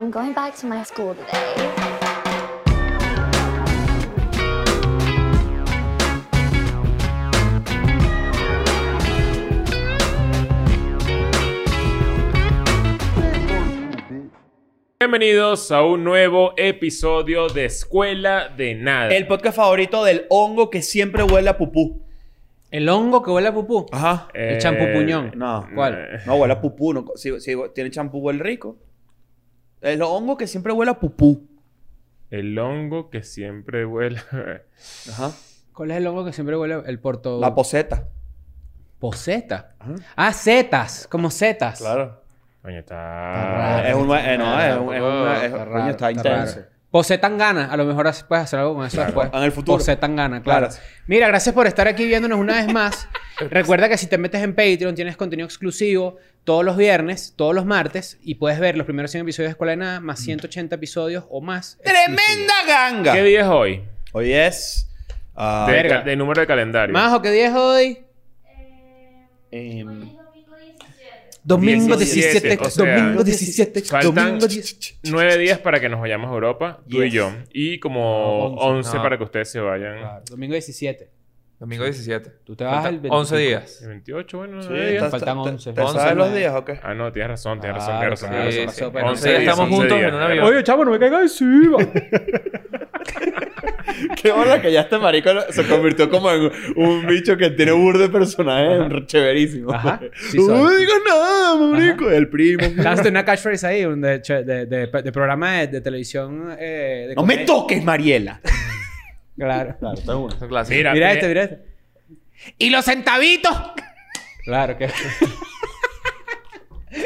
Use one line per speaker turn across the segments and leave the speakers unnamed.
I'm going back to my school today.
Bienvenidos a un nuevo episodio de Escuela de Nada.
El podcast favorito del hongo que siempre huele a pupú.
El hongo que huele a pupú.
Ajá.
Eh,
el champupuñón.
Ah, no.
¿Cuál?
No, huele a pupú. no- si, si tiene champú, huele rico. El hongo que siempre huele a pupú.
El hongo que siempre huele.
Ajá.
¿Cuál es el hongo que siempre huele? a- El porto...
La poseta.
poseta. Ah, setas. Como setas.
Claro.
Coño,
Está
está.
es un... eh, no, es un... Es
tampoco,
una- es-
Está
coño,
oh, raro,
está
está
intenso.
raro. Posetan ganas. A lo mejor haces- puedes hacer algo con eso después.
En el futuro.
Posetan ganas, claro.
Claro.
Mira, gracias por estar aquí viéndonos una vez más. Recuerda que si te metes en Patreon tienes contenido exclusivo todos los viernes, todos los martes y puedes ver los primeros 100 episodios de Escuela de Nada más 180 episodios o más.
Mm. ¡Tremenda ganga!
¿Qué día es hoy?
Hoy es... ah,
De,
Verga.
de número de calendario.
Majo, ¿qué día es hoy?
em,
Domingo
17,
17,
o sea,
domingo 17,
faltan-
domingo 17.
Nueve días para que nos vayamos a Europa, tú y
Yes.
yo. Y como
No, once. Ah.
once
No.
para que ustedes se vayan.
Claro, domingo 17.
Domingo 17.
Tú te vas al 25.
11 días.
El 28, bueno,
sí,
nueve días.
estás-
Faltan
te-
11.
¿Te
11,
sabes los
¿no?
días o qué?
Ah, no, tienes razón, tienes razón,
Claro,
tienes razón.
claro,
tienes
sí,
razón.
sí.
pero
Once días, estamos
once
juntos
días.
en un avión.
Oye, chavo, no me caigas encima.
Qué bola que ya este marico se convirtió como en un bicho que tiene burro de personajes chéverísimo.
Ajá, sí
no
soy.
digo nada, marico. El primo.
Lanzaste una catchphrase ahí un de, che- de, de, de programa de, de televisión. eh, de
No me
comedia.
toques, Mariela.
Claro.
Claro, está bueno.
Son clases.
Mira,
Mira
eh,
este, mira este. ¡Y los centavitos! Claro, que.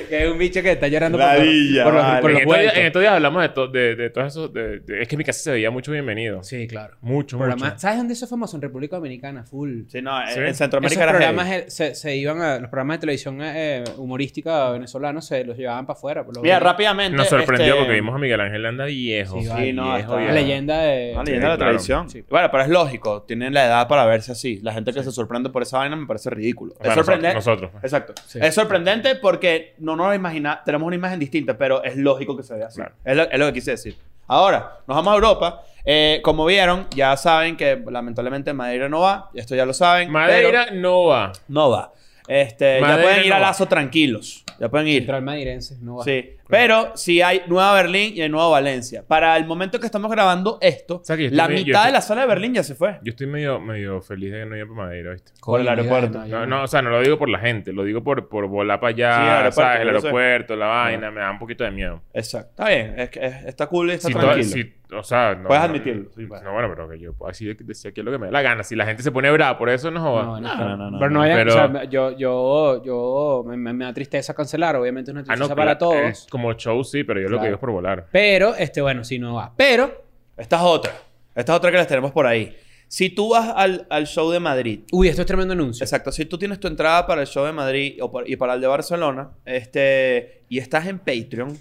que es un bicho que está llorando por,
Ladilla,
por los, por
vale.
en
los
estos días-
vueltos.
en estos días hablamos de, to- de, de todos esos. de- de- es que en mi casa se veía mucho bienvenido.
Sí, claro.
Mucho, mucho.
Programa- ¿Sabes dónde eso es famoso? En República Dominicana, full.
Sí, no, en-
Sí.
en Centroamérica
Esos
era
programas
heavy.
eh, se, se iban a los programas de televisión eh, humorística venezolanos se los llevaban para afuera. por lo
Mira,
menos.
rápidamente.
Nos sorprendió
este,
porque vimos a Miguel Ángel Landa viejo.
Sí,
vale. no,
viejo,
está-
viejo.
La leyenda de.
Una
Sí,
leyenda de la
claro.
tradición.
Sí.
Bueno, pero es lógico. Tienen la edad para verse así. La gente que se sorprende por esa vaina me parece ridículo.
O sea,
es sorprendente.
Nosotros. nosotros.
Exacto.
Sí.
Es sorprendente porque no nos imagina, tenemos una imagen distinta, pero es lógico que se vea así.
Claro.
Es, lo, es lo que quise decir. Ahora, nos vamos a Europa. Eh, como vieron, ya saben que lamentablemente Madeira no va. Esto ya lo saben.
Madeira
pero
no va.
no va. Este,
Madeira
ya pueden ir
no
a
va.
Lazo tranquilos. Ya pueden ir.
Central Madirense, no va.
Sí. Pero si hay Nueva Berlín y hay Nueva Valencia. Para el momento que estamos grabando esto,
sea, que yo estoy
la
medio- yo
mitad de
estoy-
la sala de Berlín ya se fue.
Yo estoy medio, medio feliz de que no haya para Madeira, ¿viste?
Por el
Coño,
aeropuerto.
mira,
No, no, o sea, no lo digo por la gente, lo digo por, por volar para allá,
Sí, el aeropuerto,
¿sabes? El
yo lo sé.
aeropuerto, la vaina, me da un poquito de miedo.
Exacto. Está bien. Es que es- está cool y está
Si todo-
tranquilo.
si- o sea, no,
Puedes
no,
admitirlo, sí,
No,
puedes.
bueno, pero que yo puedo decir, decir aquí lo que me da la gana. Si la gente se pone brava, por eso no joda. Ah,
No, no,
No,
está.
no, no, no,
Pero
no.
no hay,
Pero-
o sea, me- yo, yo, yo, me, me- me da tristeza cancelar, obviamente es una
ah,
tristeza
no,
para
claro,
todos.
eh, como show sí, pero yo lo que
Claro.
digo es por volar.
Pero, este, bueno, sí, no va. Pero,
Esta es otra. Esta es otra que las tenemos por ahí. Si tú vas al, al show de Madrid,
uy, esto es tremendo anuncio.
exacto, si tú tienes tu entrada para el show de Madrid o por- y para el de Barcelona, este, y estás en Patreon,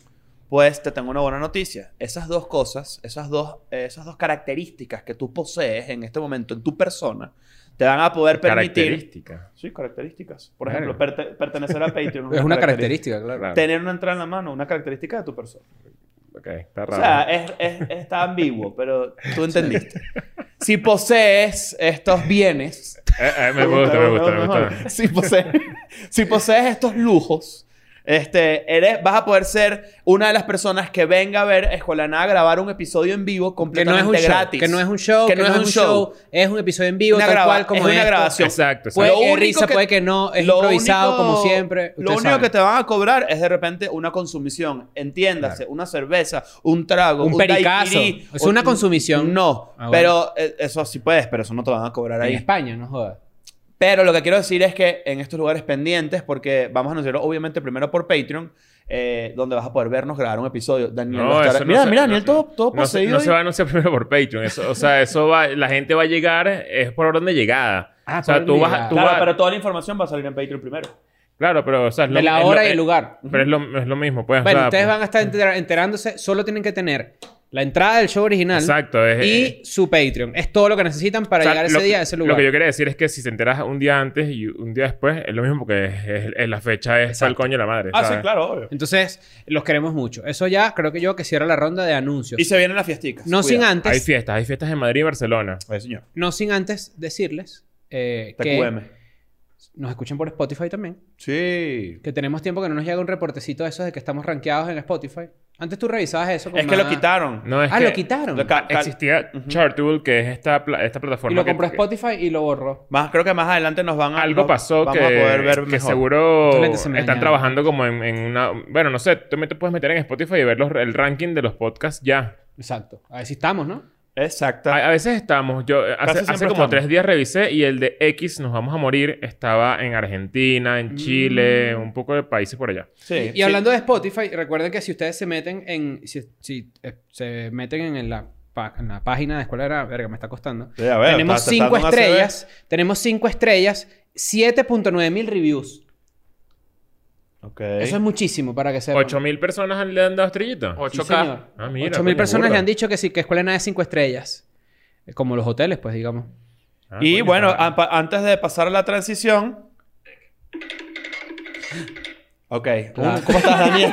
pues te tengo una buena noticia. Esas dos cosas, esas dos, eh, esas dos características que tú posees en este momento en tu persona, te van a poder permitir.
Característica.
Sí, características. Por
Claro.
ejemplo, perte- pertenecer a Patreon.
Es una característica, claro.
Claro.
Tener una entrada en la mano, una característica de tu persona.
Ok, está
O
raro.
sea, es, es- está ambiguo, pero tú entendiste. Si posees estos bienes.
Eh, eh, me gusta, me gusta, me gusta.
Si posees, si posees estos lujos, este, eres, vas a poder ser una de las personas que venga a ver Escuela de Nada a grabar un episodio en vivo
Que no es
completamente
un show.
gratis.
Que no es un show.
Que no es un show.
Es un episodio en vivo,
Una
tal
grava-
cual como
es una
esto.
grabación.
Exacto, exacto.
Puede
Lo
que
único
risa,
que-
puede que no. Es
Lo
improvisado
único-
como siempre.
Lo único que te van a cobrar es de repente una consumición. Entiéndase, una cerveza, un trago,
Un pericazo.
daiquiri,
Es una consumición.
No,
Ah, bueno.
pero eh, eso sí puedes, pero eso no te lo van a cobrar
En
ahí.
España, no jodas.
Pero lo que quiero decir es que en estos lugares pendientes, porque vamos a anunciarlo obviamente primero por Patreon, eh, donde vas a poder vernos grabar un episodio. Daniel, va a estar-
eso
mira,
se-
mira, Daniel,
no-
todo, todo
no se-
poseído.
No se
ahí.
va a anunciar primero por Patreon. Eso, o sea, eso va, la gente va a llegar, es por orden de llegada.
Ah,
o sea,
por
tú
orden de
vas, a-
llegada.
tú
claro,
vas-
pero toda la información va a salir en Patreon primero.
claro, pero, o sea, es lo-
De la
es lo-
hora y
es-
el lugar.
Pero es lo, es lo mismo, pues. o
Bueno,
sea,
ustedes van a estar enter- enterándose. Solo tienen que tener La entrada del show original
Exacto, es-
Eh,
y su Patreon. Es todo lo que necesitan para
O sea,
llegar ese
lo
día
que-
a ese lugar.
Lo que yo quería decir es que si te enteras un día antes y un día después, es lo mismo porque es, es- es la fecha es el
Exacto.
coño de la madre.
Ah, sí,
¿sabes?
claro, obvio.
Entonces, los queremos mucho. Eso ya creo que yo que cierra la ronda de anuncios.
Y se vienen las fiesticas.
no sin
cuidado.
Hay
antes,
fiestas, hay fiestas en Madrid y Barcelona.
Oye, señor.
no sin antes decirles eh, que
TQM.
nos escuchen por Spotify también.
Sí.
Que tenemos tiempo que no nos llega un reportecito de esos de que estamos rankeados en Spotify. Antes tú revisabas eso. con
Es que lo
más-
quitaron.
No, es
ah,
que
lo quitaron.
Lo ca- cal-
Existía Chartable, que es esta, pla- esta plataforma.
y lo
que-
compró
que-
Spotify y lo borró.
Más, creo que más adelante nos van a...
Algo
nos-
pasó
Ah, vamos
que,
a poder ver
que
mejor.
seguro
Estos lentes se me
están
dañaron.
trabajando como en, en una... Bueno, no sé, tú me te puedes meter en Spotify y ver los- el ranking de los podcasts ya.
Exacto. A ver si estamos, ¿no?
Exacto.
A, a veces estamos, yo eh, hace,
siempre
hace como
estamos.
tres días revisé y el de X, Nos Vamos a Morir, estaba en Argentina, en Chile, un poco de países por allá.
Sí,
Y
sí.
hablando de Spotify, recuerden que si ustedes se meten en. Si, si, eh, se meten en la, pa- en la página de Escuela de la Verga, me está costando.
Sí, a ver,
tenemos
está- está
cinco
dando un ACB.
estrellas. Tenemos cinco estrellas, 7.9 mil reviews.
Ok.
Eso es muchísimo para que sepan.
¿Ocho mil personas han- le han dado estrellitas?
8K.
Ah, mira,
Ocho mil
coño,
personas
burda.
le han dicho que sí, que Escuela de Nada es cinco estrellas. Eh, Como los hoteles, pues, digamos.
Ah,
Y
coño,
bueno,
está-
a- pa- antes de pasar a la transición. Ok.
Claro.
Uh, ¿Cómo estás, Daniel?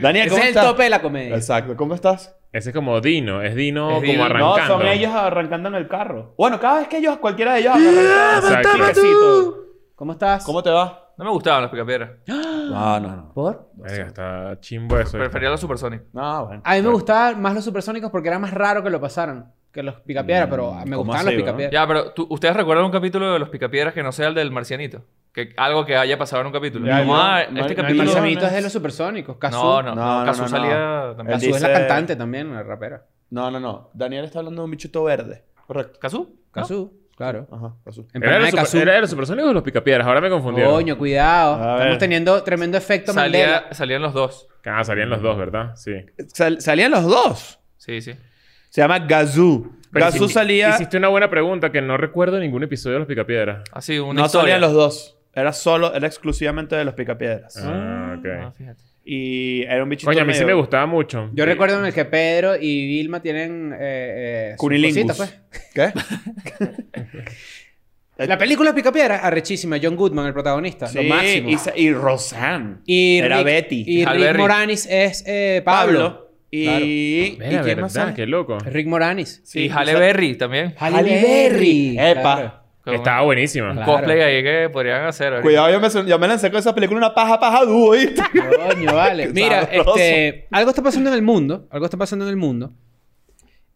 Daniel,
Ese
¿cómo
es el
estás?
tope de la comedia.
Exacto, ¿cómo estás?
ese es como Dino, es Dino
Es
como
Dino. No,
arrancando.
No, son ellos arrancando en el carro. Bueno, cada vez que ellos, cualquiera de ellos agarran
Exacto.
un piquecito.
¿Cómo estás?
Uh. ¿Cómo te va?
No me gustaban las picapiedras.
No, no, no.
¿Por?
Verga, está chimbo eso.
Prefería los Supersonic.
No, bueno.
A mí me gustaban más los supersónicos porque era más raro que lo pasaran que los picapiedras, pero me
Mm, ¿cómo
gustaban
así,
los
bro?
picapiedras.
Ya, pero tú- ¿ustedes recuerdan un capítulo de los picapiedras que no sea el del marcianito? Que algo que haya pasado en un capítulo.
Ya,
no,
no.
ah,
No,
este
no,
El
no,
capítulo...
no,
marcianito es de los supersónicos. Cazú.
No, no,
No, no,
no. Cazú
no, no.
salía también.
Cazú es la
dice-
cantante también, la rapera.
No, no, no. Daniel está hablando de un bichito verde. Correcto.
¿Cazú?
Cazú, claro.
Ajá, azul.
¿Era de
Empanada
los
de
super-
Cazú.
era de los supersónicos o los picapiedras? Ahora me confundieron.
Coño, cuidado.
A ver.
Estamos teniendo tremendo efecto Mandela.
Salía, salían los dos.
Ah, salían los dos, ¿verdad? Sí.
Sal- salían los dos.
Sí, sí.
Se llama Gazú.
Pero
Gazú
hici-
salía.
Hiciste una buena pregunta que no recuerdo ningún episodio de los picapiedras.
Así, una
No
historia.
salían los dos. Era solo, era exclusivamente de los picapiedras.
Ah, ok.
Ah, fíjate.
Y era un bichito.
Coño, a mí sí
medio-
me gustaba mucho.
Yo
Sí.
recuerdo en el que Pedro y Vilma tienen. Eh, eh, sus
Cunilingus.
cositas, pues.
¿Qué?
La película Picapiedra, arrechísima. John Goodman, el protagonista.
Eh. Sí,
lo máximo.
y, sa- y Roseanne.
Y
era
Rick-
Betty.
Y
Hal
Rick
Berry.
Moranis es eh, Pablo.
Y,
Claro.
y
Mira,
quién más
verdad,
sale?
qué loco. Que
Rick Moranis.
Sí,
y Halle
sa-
Berry también.
Halle Berry. Epa.
Con
Estaba buenísima.
un
Claro.
Cosplay ahí que podrían hacer. ahorita.
Cuidado, yo me, yo me lancé con esa película una paja, paja dúo, ¿viste?
Coño, vale.
Qué
Mira,
sabroso.
este, algo está pasando en el mundo. Algo está pasando en el mundo.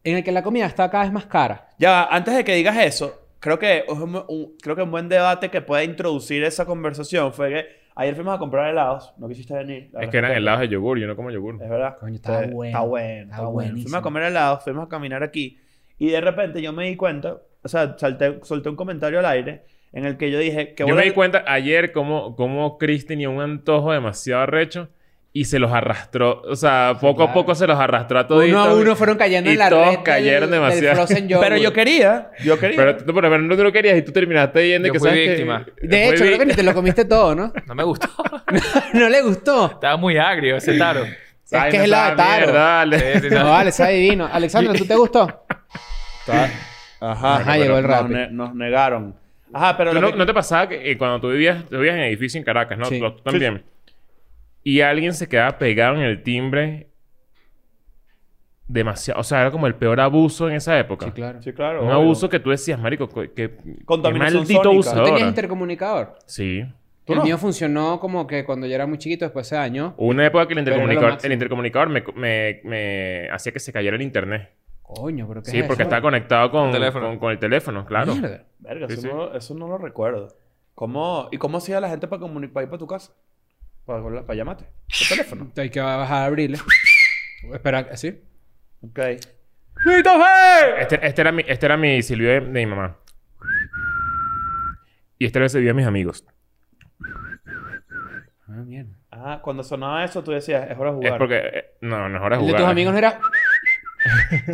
En el que la comida está cada vez más cara.
Ya, antes de que digas eso, creo que es un, un- creo que un buen debate que puede introducir esa conversación fue que ayer fuimos a comprar helados, no quisiste venir. la
Es
verdad
que eran helados de yogur, yo no como yogur.
Es verdad.
Coño, está
Eh,
bueno,
Está bueno,
está
está bueno. Fuimos
buenísimo.
a comer helados, fuimos a caminar aquí y de repente yo me di cuenta, o sea, salté- solté un comentario al aire en el que yo dije que
Yo me di cuenta ayer cómo, cómo Chris tenía un antojo demasiado arrecho y se los arrastró. O sea, poco a
claro.
poco se los arrastró a todos.
Uno a uno fueron cayendo
y
en la
todos
red del-
cayeron
del
demasiado.
frozen yogurt.
Pero yo quería, yo quería.
Pero tú, por lo menos, no te lo querías y tú terminaste yendo y
Yo
que
fui
sabes que-
víctima.
De
Fui
hecho, creo
vi-
que ni te lo comiste todo, ¿no?
No me gustó.
no le gustó.
Estaba muy agrio ese taro.
Es
Ay,
que
no
es la
sabe
de Taro.
mierda, dale.
Sí, sí, sí.
No, vale, sabe divino. Alexandra, ¿tú te gustó?
Ajá,
Ajá, llegó el
nos
rap.
ne- Nos, negaron. Ajá, pero
Tú
lo
no,
que-
no te pasaba que eh, cuando tú vivías, tú vivías en el edificio en Caracas, ¿no?
Sí.
Tú, tú también. Y alguien se quedaba pegado en el timbre demasiado. O sea, era como el peor abuso en esa época.
claro.
Sí, claro.
Un
obvio.
abuso que tú decías, marico, que, que
Contaminación
qué maldito
sónica.
¿Tú tenías
abusador.
intercomunicador?
Sí.
¿Tú
el
no?
mío funcionó como que cuando yo era muy chiquito, después se dañó.
Hubo una época que el
era lo
intercomunicador,
máximo.
el intercomunicador me, me- me hacía que se cayera el internet.
Coño, pero qué
Sí,
es
porque
eso?
estaba conectado con,
El teléfono.
con- con el teléfono, claro.
Mierda.
Verga,
Sí,
eso,
sí.
No, eso no lo recuerdo. ¿Cómo, ¿Y cómo hacía la gente para, comuni- para ir para tu casa? Para, hablar- para llamarte. Por teléfono.
Hay que bajar a abrirle. Espera, ¿sí?
Ok.
Este, este era mi, este era mi silbido de, de mi mamá. Y este era el silbido de mis amigos.
Ah, mierda.
Ah, cuando sonaba eso, tú decías, es hora de jugar.
Es porque... eh, no, no es hora de
El de
jugar.
tus amigos no era...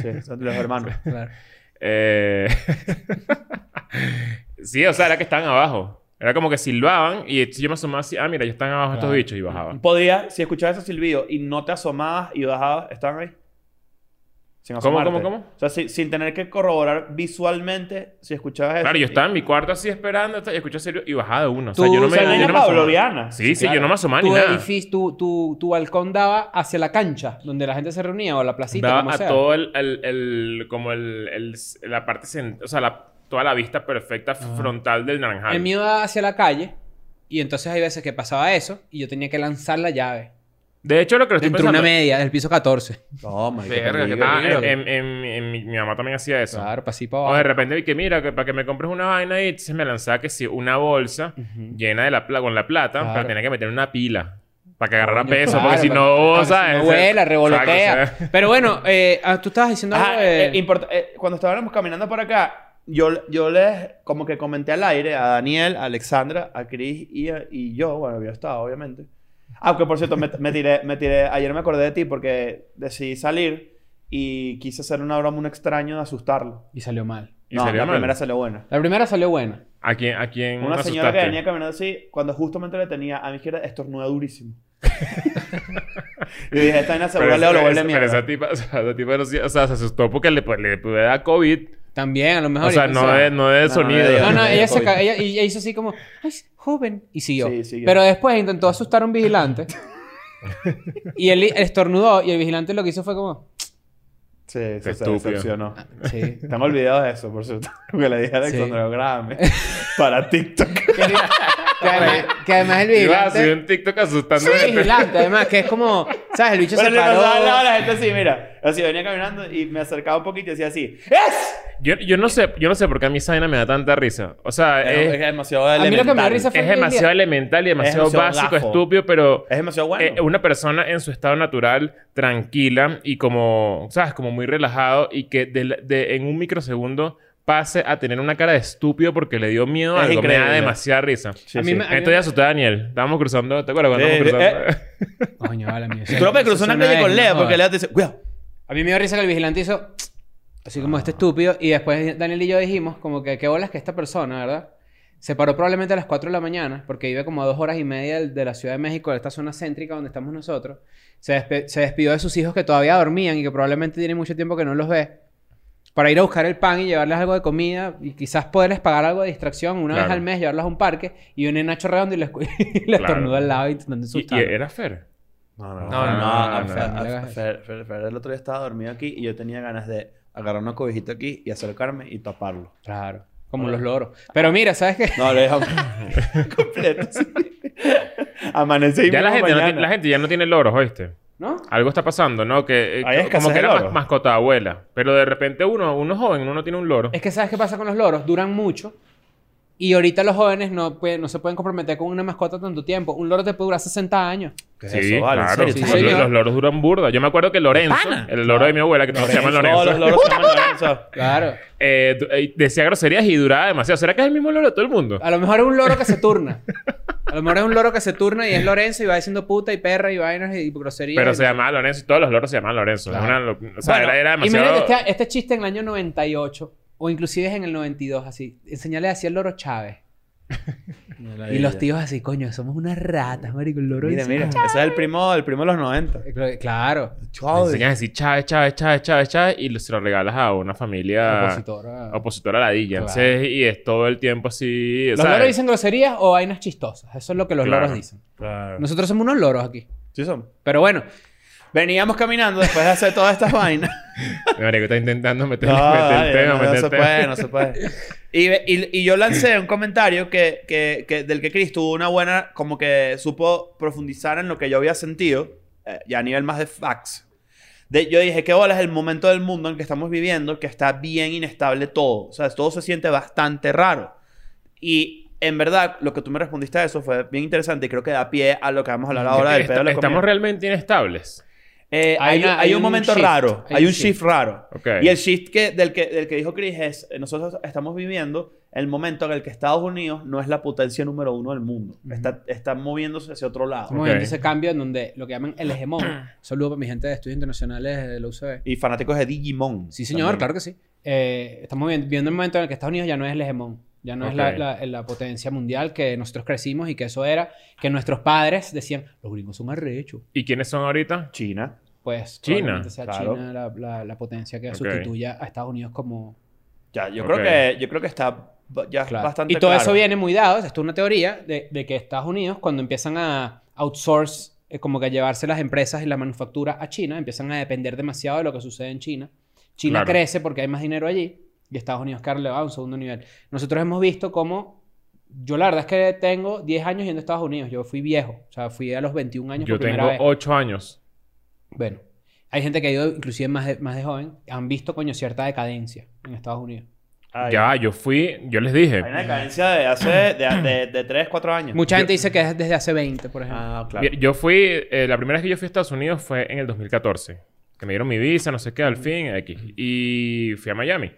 Sí, son los hermanos.
Claro.
Eh, sí, o sea, era que estaban abajo. Era como que silbaban y yo me asomaba así, ah, mira, ya están abajo estos
Claro.
bichos y bajaba.
Podía, si escuchabas ese silbido y no te asomabas y bajabas, ¿estaban ahí? Sin
¿Cómo,
asomarte.
cómo, cómo?
O sea, si- sin tener que corroborar visualmente si escuchabas eso.
Claro, yo estaba en mi cuarto así esperando hasta- y escuché silbido y bajaba de uno. O sea,
Tú,
yo no me,
o sea,
yo
Elena
no me asomaba.
Pavloviana.
Sí, sí,
claro.
yo no me asomaba Ah, ni
tu
nada.
edificio, tu, tu, tu balcón daba hacia la cancha donde la gente se reunía o a la placita,
Daba
como
a
sea.
todo el, el- el- como el, el- la parte, cent- o sea, la- toda la vista perfecta frontal del naranjal.
El mío daba hacia la calle y entonces hay veces que pasaba eso y yo tenía que lanzar la llave.
De hecho, lo que lo estoy
Dentro de
pensando...
una media, del piso 14.
No, marico,
Verga,
peligro.
qué
Ah,
Mira.
en- en- en- en mi, mi mamá también hacía eso.
Claro, para así para
O de
abajo.
repente vi que, mira, que para que me compres una vaina y entonces me lanzaba que sí, una bolsa
Ujú.
llena de la pla- con la plata,
Claro.
pero tenía que meter en una pila para que agarrara
Coño,
peso,
claro,
porque si
para-
no,
para que
¿sabes?
si no vuela, revolotea.
Exacto, o sea,
Pero bueno, eh, ah, tú estabas diciendo algo
Ajá,
de-
eh, import- eh, cuando estábamos caminando por acá, yo, yo les como que comenté al aire a Daniel, a Alexandra, a Chris y, a- y yo, bueno, había estado, obviamente. Aunque, por cierto, me, me tiré, me tiré, ayer me acordé de ti porque decidí salir y quise hacer una broma a un extraño de asustarlo.
Y salió mal.
¿Y
no,
salió
la
mal?
primera salió buena.
La primera salió buena.
¿A quién, a quién
Una
asustaste?
señora que venía caminando así, cuando justamente le tenía a mi izquierda, estornuda durísimo. y dije, esta vaina
Pero
seguro Leo
esa-
lo vuelve
esa-
mierda.
pero esa tipa, o sea, esa tipa no se- o sea, se asustó porque le, pues, le pude dar COVID.
También, a lo mejor.
o sea,
yo
no
pensaba-
de, no de
no,
sonido.
no,
No, no, ella, se
COVID.
ca- ella, y ella hizo así como, ay, joven, y siguió.
Sí, siguió.
Pero después intentó asustar a un vigilante. y él estornudó y el vigilante lo que hizo fue como, "Ah,
Sí, sí, se
Estúpido.
decepcionó.
sí.
Tengo olvidado de eso, por cierto. Porque le dije a Alexandra, grábame para TikTok.
Que además, que además el
Iba a subir
vigilante...
un TikTok asustando.
Sí, vigilante, además, que es como, ¿sabes? El bicho
Pero
se
le pasaba al lado a
paró.
la gente así, mira. Así venía caminando y me acercaba un poquito y decía así,
Eh,
¡Es!
Yo, yo no sé, yo no sé por qué a mí esa vaina me da tanta risa. O sea,
Es,
es,
es demasiado
mí lo que me da
elemental.
risa fue-
es demasiado elemental y demasiado,
demasiado
básico,
gafo.
estúpido, pero
Es demasiado bueno.
eh, una persona en su estado natural, tranquila y como, ¿sabes? Como muy relajado y que de la- de- en un microsegundo pase a tener una cara de estúpido porque le dio miedo a
Es
algo. Me da
increíble.
demasiada risa.
Sí,
a mí
sí.
me-
Estoy asustado, Daniel. Estábamos cruzando, ¿te acuerdas cuando
Eh,
estábamos
eh,
cruzando?
Coño, vale, mío.
Tú no puedes cruzar una calle con Lea porque
le
Lea te dice, cuidado.
A mí me dio risa que el vigilante hizo así como
Ah.
este estúpido y después Daniel y yo dijimos como que qué bolas que esta persona, ¿verdad? Se paró probablemente a las 4 de la mañana porque vive como a dos horas y media del- de la Ciudad de México, de esta zona céntrica donde estamos nosotros. Se, despe- se despidió de sus hijos que todavía dormían y que probablemente tiene mucho tiempo que no los ve para ir a buscar el pan y llevarles algo de comida y quizás poderles pagar algo de distracción una vez
Claro.
al mes, llevarlos a un parque y viene Nacho Redondo y les, cu- y les
Claro.
tornuda al lado
Y-
intentando
y
asustarlos.
era Fer.
No,
no,
no,
no,
a
no.
Fer-
No le
a
hagas
Fer- Fer- Fer el otro día estaba dormido aquí y yo tenía ganas de agarrar una cobijita aquí y acercarme y taparlo.
Claro, como los loros. Pero mira, ¿sabes qué?
No, le dejamos completo. sí. Amanecí
Ya la
mismo
gente, no, ti-
mañana.
la gente ya no tiene loros, ¿oíste?
¿No?
Algo está pasando, ¿no? Que eh,
Hay
co-
escasez
como que
de
era
loros.
mas- mascota abuela. Pero de repente uno, uno joven, uno no tiene un loro.
Es que sabes qué pasa con los loros, duran mucho. Y ahorita los jóvenes no, pueden- no se pueden comprometer con una mascota tanto tiempo. Un loro te puede durar 60 años.
¿Qué es
Sí,
eso? Vale, ¿en
claro.
serio?
Sí,
Los-
señor.
los, loros duran burda. Yo me acuerdo que Lorenzo, el loro de mi abuela, que todos se llama Lorenzo,
Todos los loros se llaman Lorenzo.
Claro.
eh, du- eh, decía groserías y duraba demasiado. ¿Será que es el mismo loro de todo el mundo?
A lo mejor es un loro que se turna. A lo mejor es un loro que se turna y es Lorenzo y va diciendo puta y perra y vainas y groserías.
Pero
y-
se llamaba Lorenzo y todos los loros se llamaban Lorenzo. Es
Claro.
una lo- o sea,
Bueno,
era, era demasiado...
Imagínate este, este chiste en el año 98 o inclusive es en el 92 así. Enseñale así al loro Chávez. Y los tíos así, coño, somos unas ratas, marico. El loro
Mira,
dice-
mira. Ese es el primo, el primo de los 90.
Claro.
Le enseñas a decir Chávez, Chávez, Chávez, Chávez, Chávez y lo- se lo regalas a una familia...
Opositora.
opositora a la Dilla.
Claro.
Entonces, y es todo el tiempo así.
Los
¿sabes?
loros dicen groserías o vainas chistosas. Eso es lo que los
Claro.
loros dicen. Nosotros somos unos loros aquí.
Sí son.
Pero bueno,
Veníamos caminando después de hacer todas estas vainas.
Marico está intentando meter,
No,
meter
dale,
el tema,
no, no
meter
se
el tema.
puede, no se puede. Y, ve- y- y yo lancé un comentario que, que- que- del que Chris tuvo una buena, como que supo profundizar en lo que yo había sentido, eh, ya a nivel más de facts. De- yo dije, qué bola es el momento del mundo en que estamos viviendo, que está bien inestable todo. O sea, todo se siente bastante raro. Y en verdad, lo que tú me respondiste a eso fue bien interesante y creo que da pie a lo que vamos a hablar ahora del
Est-
pedo de la
estamos
comida.
realmente inestables.
Eh,
Hay
hay,
una-
hay
hay
un,
un
momento
shift,
raro, hay, un shift, raro.
Ok.
Y el shift que, del, que, del que dijo Chris es, eh, nosotros estamos viviendo el momento en el que Estados Unidos no es la potencia número uno del mundo. está, está moviéndose hacia otro lado.
estamos viendo ese cambio en donde lo que llaman el hegemón. Un Saludo para mi gente de estudios internacionales de la UCB.
Y fanáticos de Digimon.
Sí, señor,
también.
claro que sí. Eh, estamos vi- viendo el momento en el que Estados Unidos ya no es el hegemón. Ya no es la,
Ok.
la- la potencia mundial que nosotros crecimos y que eso era, que nuestros padres decían, los gringos son arrechos.
¿Y quiénes son ahorita?
China.
Pues
China,
probablemente sea
claro.
China la, la- la potencia que
Ok.
sustituya a Estados Unidos como...
Ya, yo
Ok.
creo que yo creo que está ba- ya
Claro.
bastante
y todo
claro.
eso viene muy dado, esto es una teoría, de, de que Estados Unidos cuando empiezan a outsource, eh, como que a llevarse las empresas y la manufactura a China, empiezan a depender demasiado de lo que sucede en China. China
Claro.
crece porque hay más dinero allí y Estados Unidos claro, le va a un segundo nivel. Nosotros hemos visto cómo... Yo la verdad es que tengo 10 años yendo a Estados Unidos. Yo fui viejo. O sea, fui a los 21 años
Yo
por
tengo
primera vez.
ocho años.
Bueno, hay gente que ha ido inclusive más de, más de joven, han visto, coño, cierta decadencia en Estados Unidos.
Ay,
Ya, yo fui, yo les dije.
Hay una decadencia de hace de, de, de 3, 4 años.
Mucha
Yo-
gente dice que es desde hace 20, por ejemplo.
Ah, claro.
Mira, Yo fui, eh, la primera vez que yo fui a Estados Unidos fue en el 2014. Que me dieron mi visa, no sé qué, al fin, X. Y fui a Miami.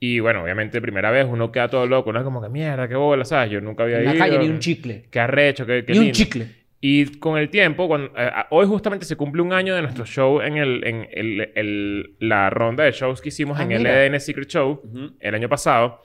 Y bueno, obviamente, primera vez uno queda todo loco, uno es como que mierda, qué bola, ¿sabes? Yo nunca había
en la
ido.
calle ni un chicle.
Qué arrecho, qué, qué
ni un
lindo.
chicle.
Y con el tiempo, cuando, eh, ah, hoy justamente se cumple un año de nuestro show en, el, en el- el- la ronda de shows que hicimos
Ah,
en el
mira.
EDN Secret Show
Ujú.
el año pasado.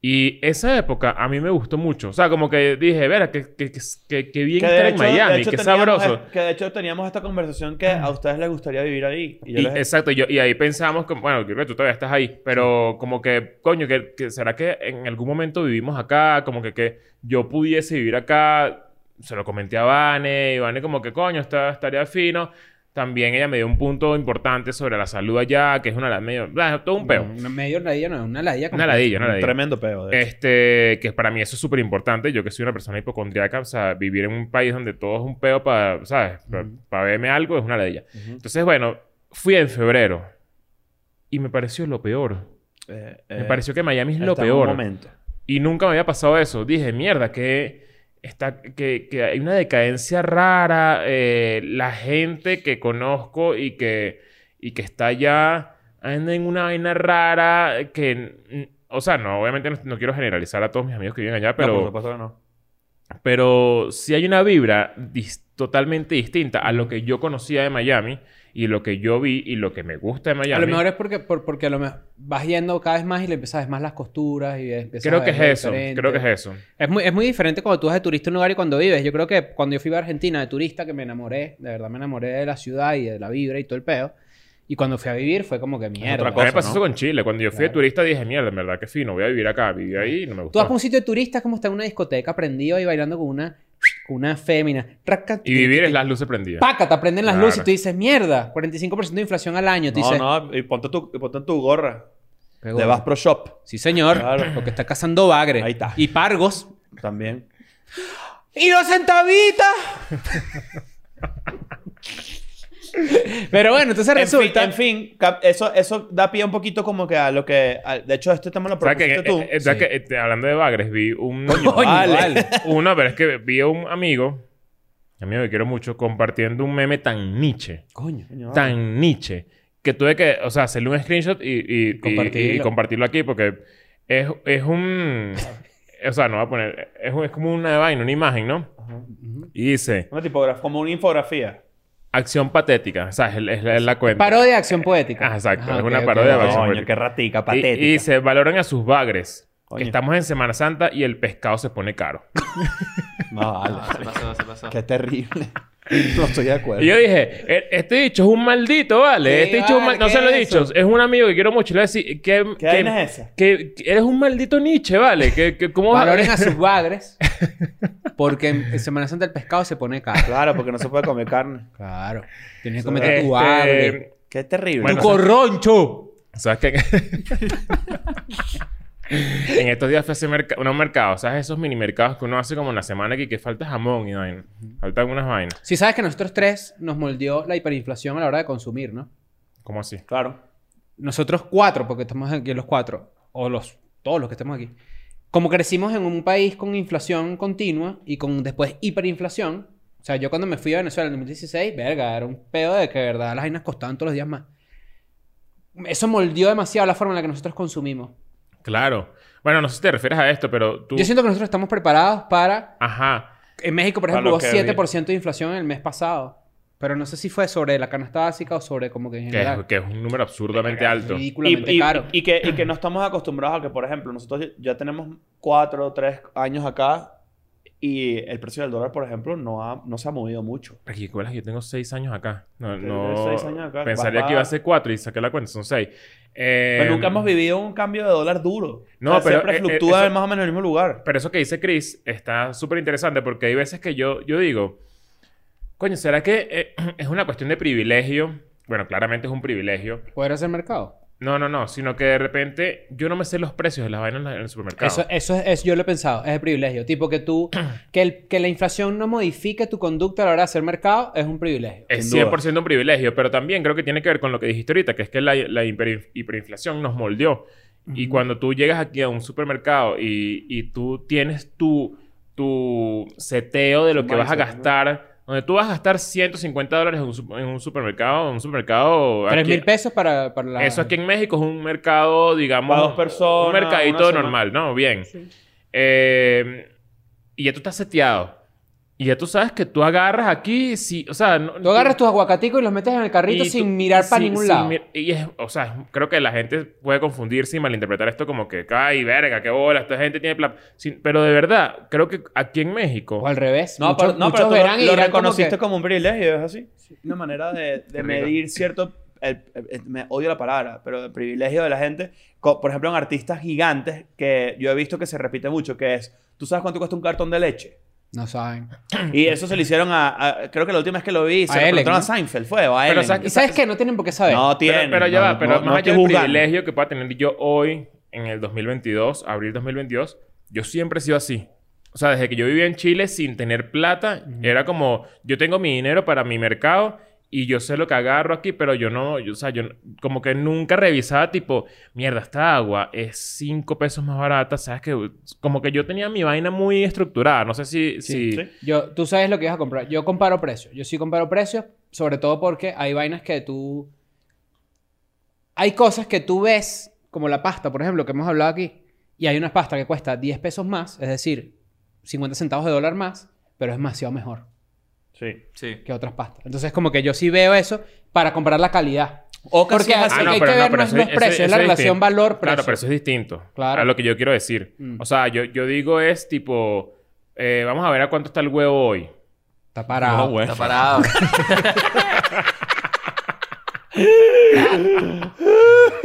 Y esa época a mí me gustó mucho. O sea, como que dije, vera, que, que, que, que- que bien
Que de
estar en
hecho- de
Miami,
hecho
qué
teníamos
sabroso.
es- que de hecho teníamos esta conversación que a ustedes les gustaría vivir ahí. Y yo
Y-
les-
exacto, yo, y ahí pensamos, que, bueno, yo creo que tú todavía estás ahí, pero como que, coño, que, que ¿será que en algún momento vivimos acá? Como que, que yo pudiese vivir acá, se lo comenté a Vane, y Vane como que, coño, está, estaría fino. También ella me dio un punto importante sobre la salud allá, que es una la- medio, bla, todo un peo.
Una medio ladilla, no, Eh, una ladilla.
Una
completa.
ladilla, una ladilla.
Tremendo peo. de hecho.
Este, que para mí eso es súper importante. Yo que soy una persona hipocondriaca, o sea, vivir en un país donde todo es un pedo para, ¿sabes? Para verme algo es una ladilla.
Ujú.
Entonces, bueno, fui en febrero y me pareció lo peor.
Eh,
me
eh,
pareció que Miami es lo
está en un
peor.
momento.
Y nunca me había pasado eso. Dije, mierda, que, está, que, que hay una decadencia rara. eh, la gente que conozco y que, y que está allá anda en una vaina rara eh, que... n- O sea, no, obviamente no, no quiero generalizar a todos mis amigos que viven allá,
No, por
pero,
supuesto que no.
pero sí hay una vibra dis- totalmente distinta a lo que yo conocía de Miami y lo que yo vi y lo que me gusta de Miami.
A lo mejor es porque, por- porque a lo mejor vas yendo cada vez más y le empiezas a ver más las costuras y empiezas
Creo
a
que
ver lo
es eso,
diferente.
creo que es eso.
Es muy, es muy diferente cuando tú vas de turista a un lugar y cuando vives. Yo creo que cuando yo fui a Argentina de turista, que me enamoré, de verdad me enamoré de la ciudad y de la vibra y todo el peo. Y cuando fui a vivir fue como que mierda.
otra
A mí me
cosa,
pasó
¿no?
eso con Chile. Cuando yo fui de
Claro.
turista dije, mierda, en verdad, qué fino, voy a vivir acá. Viví ahí y no me
Tú
gustó.
vas para un sitio de turista es como estar en una discoteca prendido y bailando con una, con una fémina. Raca,
Y vivir es las luces prendidas.
Paca, te aprenden las
Claro.
luces y tú dices, mierda, 45% de inflación al año. Tú
No,
dices,
no, y ponte tu, y ponte tu gorra.
"Qué
De
gordo".
Vas Pro Shop.
Sí, señor.
Claro.
Porque está cazando bagre.
Ahí está.
Y pargos.
También.
¡Y los centavitas! Pero bueno, entonces
En fin,
resulta.
en fin, cap- eso, eso da pie un poquito como que a lo que... a- de hecho, este tema lo
¿Sabes que,
propusiste tú.
eh, eh, ¿sabes que, este, hablando de bagres, vi un...
Coño,
vale.
vale.
Una, pero es que vi a un amigo, amigo que quiero mucho, compartiendo un meme tan niche,
Coño.
Coño, vale.
tan niche, que tuve que, o sea, hacerle un screenshot y, y- y-
compartirlo.
y compartirlo aquí porque es, es un... o sea, no voy a poner... Es, un- es como una vaina, una imagen, ¿no?
Ajá.
Y dice,
Una tipografía, como una infografía.
acción patética. O sea, es, el- es la- es la cuenta.
Parodia de acción poética.
Ah, exacto, es
ok,
una
ok,
parodia de
ok.
acción.
Coño, qué ratica,
pues, Y-
patética.
Y, se valoran a sus bagres.
Coño.
Que estamos en Semana Santa y el pescado se pone caro.
No, vale.
Se pasó, se pasó.
Qué terrible. No estoy de acuerdo.
Y yo dije, "E- este dicho es un maldito, ¿vale?
Sí,
este dicho es un mal-
vale,
No
¿qué
se lo he
es eso?
dicho. Es un amigo que quiero mucho. Le voy a decir, que,
¿Qué
que-
vaina es esa?
que- que eres un maldito Nietzsche, ¿vale? Que, que- ¿Cómo vas a-
Valoren a sus bagres. Porque en en Semana Santa el pescado se pone caro.
Claro, porque no se puede comer carne.
Claro. Tienes
Eso
que comer tu
Este,
bagre.
Qué terrible.
Bueno,
tu corroncho.
¿Sabes qué? en estos días fui a hacer merca- unos mercados. ¿Sabes? Esos mini mercados que uno hace como en la semana aquí que falta jamón y vaina. Faltan unas vainas.
Si sabes que nosotros tres nos moldeó la hiperinflación a la hora de consumir, ¿no?
¿Cómo así?
claro.
nosotros cuatro, porque estamos aquí los cuatro, o los, todos los que estamos aquí, como crecimos en un país con inflación continua y con después hiperinflación, o sea, yo cuando me fui a Venezuela en 2016, verga, era un pedo de que de verdad las vainas costaban todos los días más. Eso moldeó demasiado la forma en la que nosotros consumimos.
Claro. Bueno, no sé si te refieres a esto, pero tú...
Yo siento que nosotros estamos preparados para...
Ajá.
En México, por
Para
ejemplo,
lo
hubo
que viene.
7% de inflación el mes pasado. Pero no sé si fue sobre la canasta básica o sobre como que en
Que es,
general.
que es un número absurdamente alto.
Ridículamente
y, y-
caro.
y que, y que no estamos acostumbrados a que, por ejemplo, nosotros ya tenemos cuatro o tres años acá y el precio del dólar, por ejemplo, no, ha- no se ha movido mucho.
Aquí, ¿cuál es? Yo tengo seis años acá. No,
Tú
no-
tienes seis años acá.
Pensaría
Vas
que iba a
a-
ser cuatro y saqué la cuenta, son seis. Eh,
pero Pues nunca hemos vivido un cambio de dólar duro.
No,
Em. No,
pero,
Siempre
eh, eh,
fluctúa
eso-
más o menos en el mismo lugar.
Pero eso que dice Chris está súper interesante porque hay veces que yo, yo digo, coño, ¿será que eh, es una cuestión de privilegio? Bueno, claramente es un privilegio.
¿Poder hacer mercado?
No, no, no, sino que de repente yo no me sé los precios de las vainas en la- en el supermercado.
Eso, eso es, es- yo lo he pensado, es el privilegio. Tipo que tú, que, el, que la inflación no modifique tu conducta a la hora de hacer mercado es un privilegio.
Es
Sin duda.
100% un privilegio, pero también creo que tiene que ver con lo que dijiste ahorita, que es que la, la hiper- hiperinflación nos moldeó. Y cuando tú llegas aquí a un supermercado y, y tú tienes tu, tu seteo de lo
Tu
que vas a
mindset, ¿no?
gastar, donde tú vas a gastar 150 dólares en un, su- en un supermercado, en un supermercado...
pues
Tres
aquí-
mil pesos para, para la...
Eso aquí en México es un mercado, digamos...
Para dos personas,
Un
una
mercadito
semana.
normal, ¿no? Bien.
Sí.
Eh, y ya tú estás seteado. Y ya tú sabes que tú agarras aquí, sí, o sea, no-
Tú agarras tus aguacaticos y los metes en el carrito
y
sin
tú-
mirar para
sin-
ningún
sin
lado.
mir- y es, o sea, es- creo que la gente puede confundirse y malinterpretar esto como que, ay, verga, qué bola, esta gente tiene plan. Sin- pero de verdad, creo que aquí en México.
O al revés.
No,
Muchos-
pero, no,
muchos
pero tú
verán y
lo, lo
dirán como
reconociste
que-
como, un privilegio, es así. Una manera de, de
rico.
medir cierto. el- el- el- me odio la palabra, pero el privilegio de la gente. Co- Por ejemplo, en artistas gigantes que yo he visto que se repite mucho, que es, ¿tú sabes cuánto cuesta un cartón de leche?
No saben.
Y eso se lo hicieron a, a- creo que la última vez que lo vi, se
A
lo
Ellen,
preguntaron
¿no?
a Seinfeld, fue, o a
Pero
Ellen.
sabes
¿Y sabes qué? No tienen por qué saber.
no
pero,
tiene.
pero ya
no,
va, pero
no- no
más
estoy
allá del
juzgando.
privilegio que pueda tener yo hoy, en el 2022, abril 2022, yo siempre he sido así. O sea, desde que yo vivía en Chile sin tener plata, era como, yo tengo mi dinero para mi mercado y yo sé lo que agarro aquí, pero yo no, yo- o sea, yo no- como que nunca revisaba tipo, mierda, esta agua es 5 pesos más barata, ¿sabes? que Como que yo tenía mi vaina muy estructurada, no sé si... si-
sí.
Yo, tú sabes lo que vas a comprar. Yo comparo precios. Yo sí comparo precios, sobre todo porque hay vainas que tú... Hay cosas que tú ves, como la pasta, por ejemplo, que hemos hablado aquí. Y hay una pasta que cuesta 10 pesos más, es decir, 50 centavos de dólar más, pero es demasiado mejor
Sí.
Sí.
que otras pastas. Entonces, como que yo sí veo eso para comparar la calidad.
O que
Porque
si es
así
así- Ah,
hay que ver no es
eso-
los precios,
eso-
es la
eso
relación
distinto.
valor-precio.
Claro, pero eso es distinto.
Claro.
A lo que yo quiero decir.
Mm.
O sea, yo, yo digo es tipo, eh, vamos a ver a cuánto está el huevo hoy.
Está parado.
Está parado.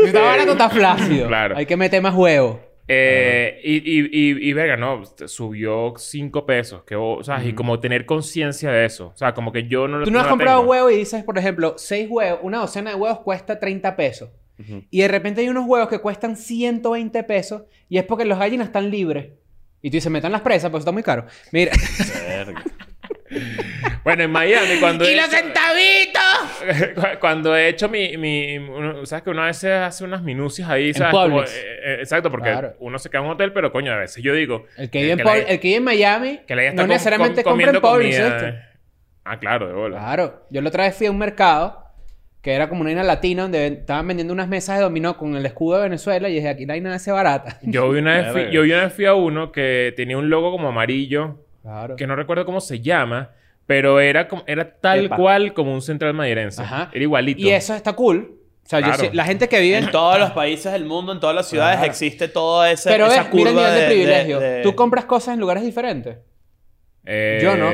Está barato, está flácido.
Claro.
Hay que meter más huevo.
Eh, y, y, y, y verga, no, subió 5 pesos. Que, o sea, y como tener conciencia de eso. O sea, como que yo no
Mm. Tú no has
la
comprado
tengo.
huevo y dices, por ejemplo, seis huevos, una docena de huevos cuesta 30 pesos. Y de repente hay unos huevos que cuestan 120 pesos y es porque los gallinas están libres. Y tú dices, metan las presas, pues está muy caro. Mira.
Bueno, en Miami, cuando. he
¡Y los
hecho-
centavitos!
Cu- Cuando he hecho mi, mi- uno- Sabes que uno a veces hace unas minucias ahí, ¿sabes?
Publix.
eh, eh, exacto, porque
Claro.
uno se queda en un hotel, pero coño, a veces yo digo.
El que
eh,
vive en,
la-
Pol- el que vive en Miami
Que la haya
no
estado com-
necesariamente
com-
compra en
comiendo
Publix,
comida.
¿oíste?
Ah, claro, de bola.
Claro. Yo la otra vez fui a un mercado que era como una isla latina donde ven- estaban vendiendo unas mesas de dominó con el escudo de Venezuela y dije, aquí la vaina se barata.
Yo vi, una vez fui,
Verga.
yo vi una vez fui a uno que tenía un logo como amarillo,
Claro.
que no recuerdo cómo se llama, pero era, como, era tal
Epa.
cual como un central madirense.
Ajá.
Era igualito.
Y eso está cool. O sea, yo
Claro.
sí- la gente que vive en...
En todos los países del mundo, en todas las ciudades,
Claro.
existe todo ese.
Pero
esa
ves, mira el
curva
nivel de, privilegio.
de-
Tú compras cosas en lugares diferentes.
Eh,
Yo no.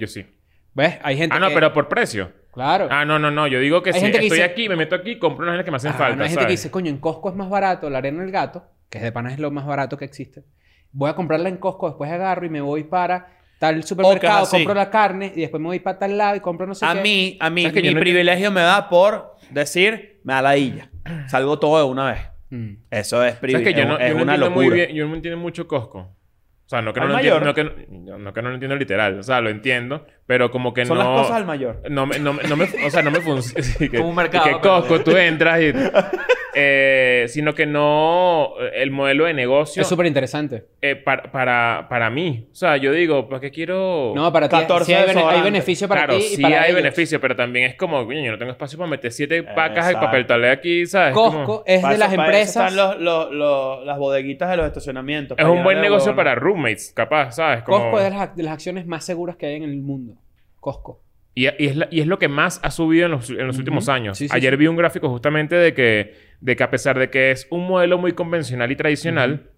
Yo sí.
¿Ves? Hay gente
Ah, no,
que-
pero por precio.
Claro.
Ah, no, no, no. Yo digo que
Hay
si
gente que
estoy
dice-
aquí, me meto aquí y compro unas vainas que me hacen
Ah,
falta.
no, hay gente que
¿sabes?
dice, coño, en Costco es más barato la arena del gato, que es de pana es lo más barato que existe. Voy a comprarla en Costco, después agarro y me voy para tal supermercado,
así.
compro la carne y después me voy para tal lado y compro no sé
a
qué.
mí, a mí,
¿Sabes que yo
mi
no entiendo?
privilegio me da por decir, me da la illa. Salgo todo de una vez.
Mm.
Eso
¿Sabes
es privilegio.
que yo no,
es
yo no
una
entiendo
locura.
muy bien, yo no entiendo mucho Costco. O sea, no que no
Al
lo entiendo, no
mayor.
que no, no que no lo entiendo literal, o sea, lo entiendo, pero como que
Son
no
las cosas al mayor.
No me, no, me- no me, o sea, no me funciona.
Como un mercado,
Que
pero-
Costco, tú entras y... Eh, sino que no... El modelo de negocio...
Es súper interesante.
eh, para, para, para mí. O sea, yo digo, ¿para qué quiero...?
No, para ti
14
sí hay, bene- hay
desodorantes.
beneficio para
claro,
ti y
sí
para
hay
ellos.
beneficio, pero también es como... Coño, yo no tengo espacio para meter siete pacas de
Exacto.
papel talé aquí, ¿sabes?
Costco
Como-
es
Para
de
eso- para
las
eso
empresas...
Están los, los- los- las bodeguitas de los estacionamientos.
Es
para
un buen
llenarle
negocio
huevón.
para roommates, capaz, ¿sabes? Como-
Costco es de las, ac- de las acciones más seguras que hay en el mundo. Costco.
Y, y es, la- y es lo que más ha subido en los, en los últimos años.
Sí, sí,
Ayer
sí.
vi un gráfico justamente de que, de que a pesar de que es un modelo muy convencional y tradicional,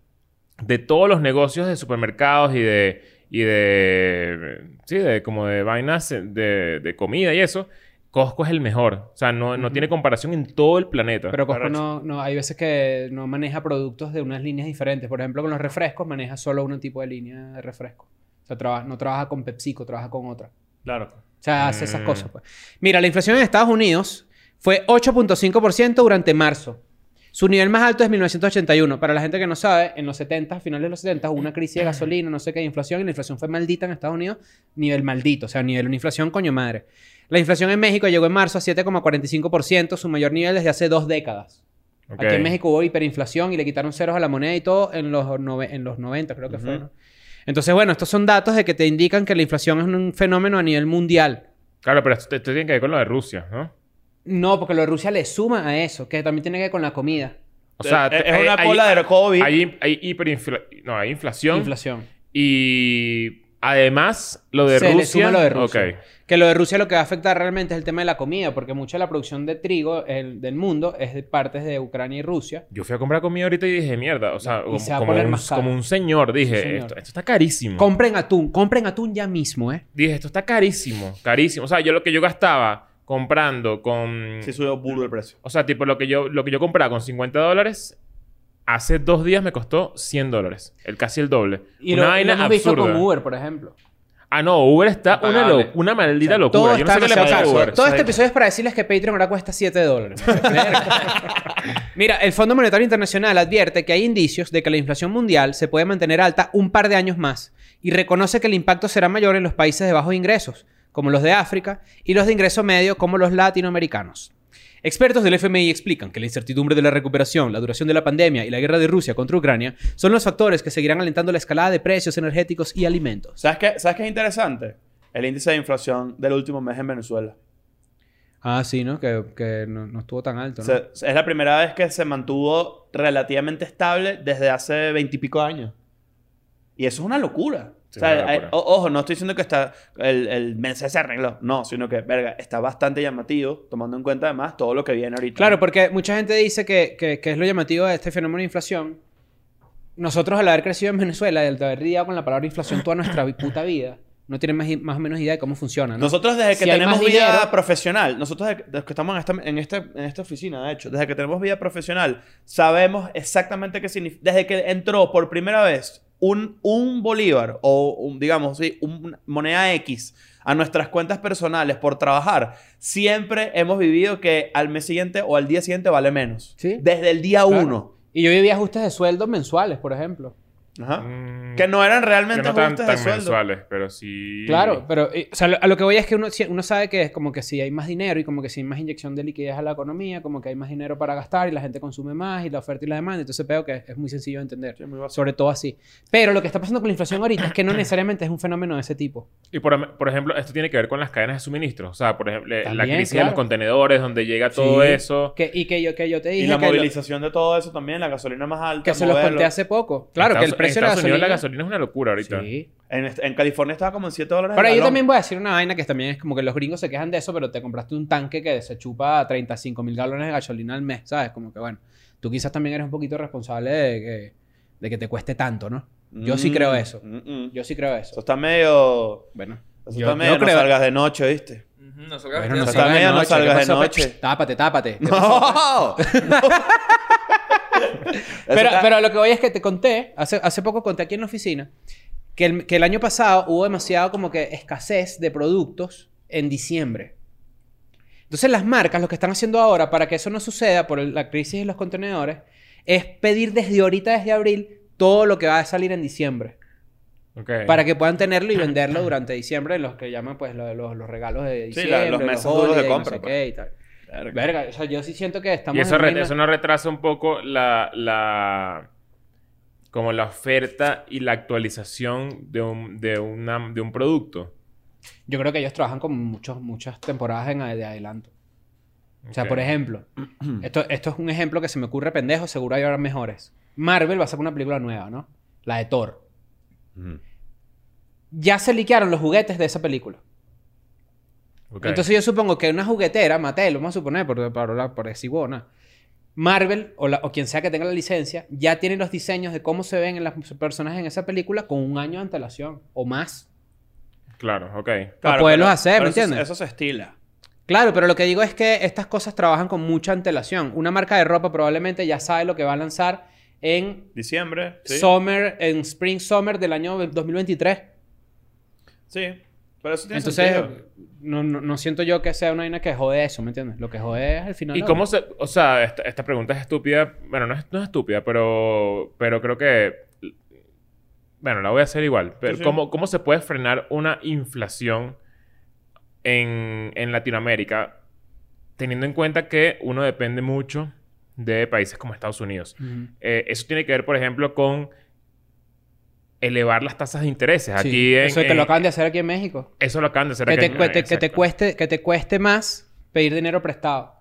de todos los negocios de supermercados y de... Y de... Sí, de como de vainas eh, de, de comida y eso. Costco es el mejor. O sea, no, no tiene comparación en todo el planeta.
Pero Costco
Arrecho.
no, no, hay veces que no maneja productos de unas líneas diferentes. Por ejemplo, con los refrescos maneja solo un tipo de línea de refresco. O sea, traba- no trabaja con PepsiCo, trabaja con otra.
Claro.
O sea, hace esas
Mm.
cosas. pues. Mira, la inflación en Estados Unidos fue 8.5% durante marzo. Su nivel más alto es 1981. Para la gente que no sabe, en los 70, a finales de los 70, hubo una crisis de gasolina, no sé qué, de inflación, y la inflación fue maldita en Estados Unidos, nivel maldito, o sea, nivel una inflación coño madre. La inflación en México llegó en marzo a 7,45%, su mayor nivel desde hace dos décadas.
Ok.
Aquí en México hubo hiperinflación y le quitaron ceros a la moneda y todo en los, nove- en los 90, creo que fue.
Ujú.
¿no? Entonces, bueno, estos son datos de que te indican que la inflación es un fenómeno a nivel mundial.
Claro, pero esto, esto tiene que ver con lo de Rusia, ¿no?
No, porque lo de Rusia le suma a eso, que también tiene que ver con la comida.
O sea,
Eh, es,
te-
una
hay-
cola de COVID.
Hay, hay hiperinfla- No, hay inflación.
Inflación.
Y además, lo de
Se
Rusia.
le suma lo de Rusia.
Ok.
Que lo de Rusia lo que va a afectar realmente es el tema de la comida, porque mucha de la producción de trigo el- del mundo es de partes de Ucrania y Rusia.
Yo fui a comprar comida ahorita y dije, mierda. O sea,
Y
como,
se va a
como
poner
un,
más caro.
como un señor, dije,
Sí, señor.
Esto, esto está carísimo.
Compren atún, compren atún ya mismo, ¿eh?
Dije, esto está carísimo, carísimo. O sea, yo lo que yo gastaba comprando con.
Sí, subió burro el precio.
O sea, tipo, lo que, yo, lo que yo compraba con 50 dólares, hace dos días me costó 100 dólares. El, casi el doble.
Y
Una
lo,
vaina
lo hemos visto
absurda.
con Uber, por ejemplo.
Ah, no, Uber está una,
Impagable.
lo- una maldita locura.
Todo,
yo no sé
está
qué le
demasiado
pasa a
caro.
Uber.
Todo este
Exacto.
episodio es para decirles que Patreon ahora cuesta 7 dólares. Mira, el Fondo Monetario Internacional advierte que hay indicios de que la inflación mundial se puede mantener alta un par de años más y reconoce que el impacto será mayor en los países de bajos ingresos, como los de África, y los de ingreso medio, como los latinoamericanos. Expertos del FMI explican que la incertidumbre de la recuperación, la duración de la pandemia y la guerra de Rusia contra Ucrania son los factores que seguirán alentando la escalada de precios energéticos y alimentos.
¿Sabes qué, ¿Sabes qué es interesante? El índice de inflación del último mes en Venezuela.
Ah, sí, ¿no? Que, que no, no estuvo tan alto, ¿no?
Se- es la primera vez que se mantuvo relativamente estable desde hace veintipico años. Y eso es una locura.
Sí,
O sea,
una
hay-
locura.
o- ojo, no estoy diciendo que está el, el mensaje se arregló. No, sino que, verga, está bastante llamativo, tomando en cuenta además todo lo que viene ahorita.
Claro, porque mucha gente dice que, que- que es lo llamativo de este fenómeno de inflación. Nosotros, al haber crecido en Venezuela, al haber lidiado con la palabra inflación toda nuestra vi- puta vida, no tienen más, i- más o menos idea de cómo funciona. Ah, ¿no?
Nosotros desde que
Si hay
tenemos
más
vida
dinero-
profesional, nosotros desde que- desde que estamos en esta, en, esta, en esta oficina, de hecho, desde que tenemos vida profesional, sabemos exactamente qué significa. Desde que entró por primera vez un, un bolívar o, un- digamos, sí, un- una moneda X a nuestras cuentas personales por trabajar, siempre hemos vivido que al mes siguiente o al día siguiente vale menos.
Sí.
Desde el día
Claro.
uno.
Y yo vivía ajustes de sueldos mensuales, por ejemplo.
Ajá.
Mm,
Que no eran
que
realmente
no tan,
ajustes
tan
de sueldo.
mensuales, pero sí.
Claro, pero eh, o sea, lo- a lo que voy es que uno, si- uno sabe que es como que si hay más dinero y como que si hay más inyección de liquidez a la economía, como que hay más dinero para gastar y la gente consume más y la oferta y la demanda. Entonces veo que es, es muy sencillo de entender.
Sí, muy básico.
Sobre todo así. Pero lo que está pasando con la inflación ahorita es que no necesariamente es un fenómeno de ese tipo.
Y por, am- por ejemplo, esto tiene que ver con las cadenas de suministro. O sea, por ejemplo, eh, la
También,
crisis de
claro.
los contenedores, donde llega todo
Sí.
eso.
Que, y que yo, que yo te dije
Y la
que, lo-
movilización de todo eso también, la gasolina más alta.
que se los
moverlo.
conté hace poco. Claro, que
Estados-
el
en
precio de la
Estados Unidos
gasolina...
la gasolina es una locura ahorita.
Sí.
En, est- en California estaba como en 7 dólares.
Pero
el
yo
galón.
también voy a decir una vaina que también es como que los gringos se quejan de eso, pero te compraste un tanque que se chupa 35 mil galones de gasolina al mes, ¿sabes? Como que bueno, tú quizás también eres un poquito responsable de que, de que te cueste tanto, ¿no? Yo sí
Mm,
creo eso.
mm, mm.
Yo sí creo
Eso
eso.
está medio.
Bueno.
Eso
Yo-
está medio.
yo
No
creo-
salgas de noche, ¿viste?
Ujú, no salgas
Bueno,
vestido así.
no
Hasta
salgas de
mañana no
noche. ¿Qué
salgas de
pasó?
noche.
Psh, Tápate, tápate. ¿Qué pasó?
¡No!
Pero, pero lo que voy es que te conté, hace, hace poco conté aquí en la oficina, que el, que el año pasado hubo demasiado como que escasez de productos en diciembre. Entonces las marcas lo que están haciendo ahora para que eso no suceda por el- la crisis de los contenedores es pedir desde ahorita, desde abril, todo lo que va a salir en diciembre.
Ok.
Para que puedan tenerlo y venderlo durante diciembre, los que llaman pues lo- los, los regalos de
Sí, la-
diciembre.
los meses duros de
holidays, no
compra,
sé
pues.
qué y tal. Verga, o sea, yo sí siento que estamos
y eso,
en
re-
una-
eso no retrasa un poco la, la. Como la oferta y la actualización de un, de una, de un producto.
Yo creo que ellos trabajan con muchos, muchas temporadas en, de adelanto. O sea,
Ok.
por ejemplo,
Mm.
esto, esto es un ejemplo que se me ocurre pendejo, seguro hay ahora mejores. Marvel va a sacar una película nueva, ¿no? La de Thor. Ya se liquearon los juguetes de esa película.
Ok.
Entonces yo supongo que una juguetera, Mattel, vamos a suponer, por, por, la- por decir huevona, Marvel o, la- o quien sea que tenga la licencia, ya tiene los diseños de cómo se ven en las personajes en esa película con un año de antelación o más.
Claro, ok.
Para
Claro,
poderlos
pero-
hacer,
pero
¿me
eso-
entiendes?
Eso se estila.
Claro, pero lo que digo es que estas cosas trabajan con mucha antelación. Una marca de ropa probablemente ya sabe lo que va a lanzar en
Diciembre, sí.
summer, en spring summer del año 2023.
sí. Pero eso tiene
Entonces,
sentido.
no, no, no siento yo que sea una vaina que jode eso, ¿me entiendes? Lo que jode es al final.
¿Y
la
cómo
obra.
se...? O sea, esta, esta pregunta es estúpida. Bueno, no es, no es estúpida, pero... Pero creo que... Bueno, la voy a hacer igual. Pero
sí.
¿cómo, ¿Cómo se puede frenar una inflación en, en Latinoamérica? Teniendo en cuenta que uno depende mucho de países como Estados Unidos.
Ujú.
Eh, eso tiene que ver, por ejemplo, con elevar las tasas de intereses.
Sí,
Aquí en-
Eso te
en-
lo acaban de hacer aquí en México.
eso lo acaban de hacer
Que
aquí
te,
en-
cueste, que, te
exacto.
cueste, que te cueste más pedir dinero prestado.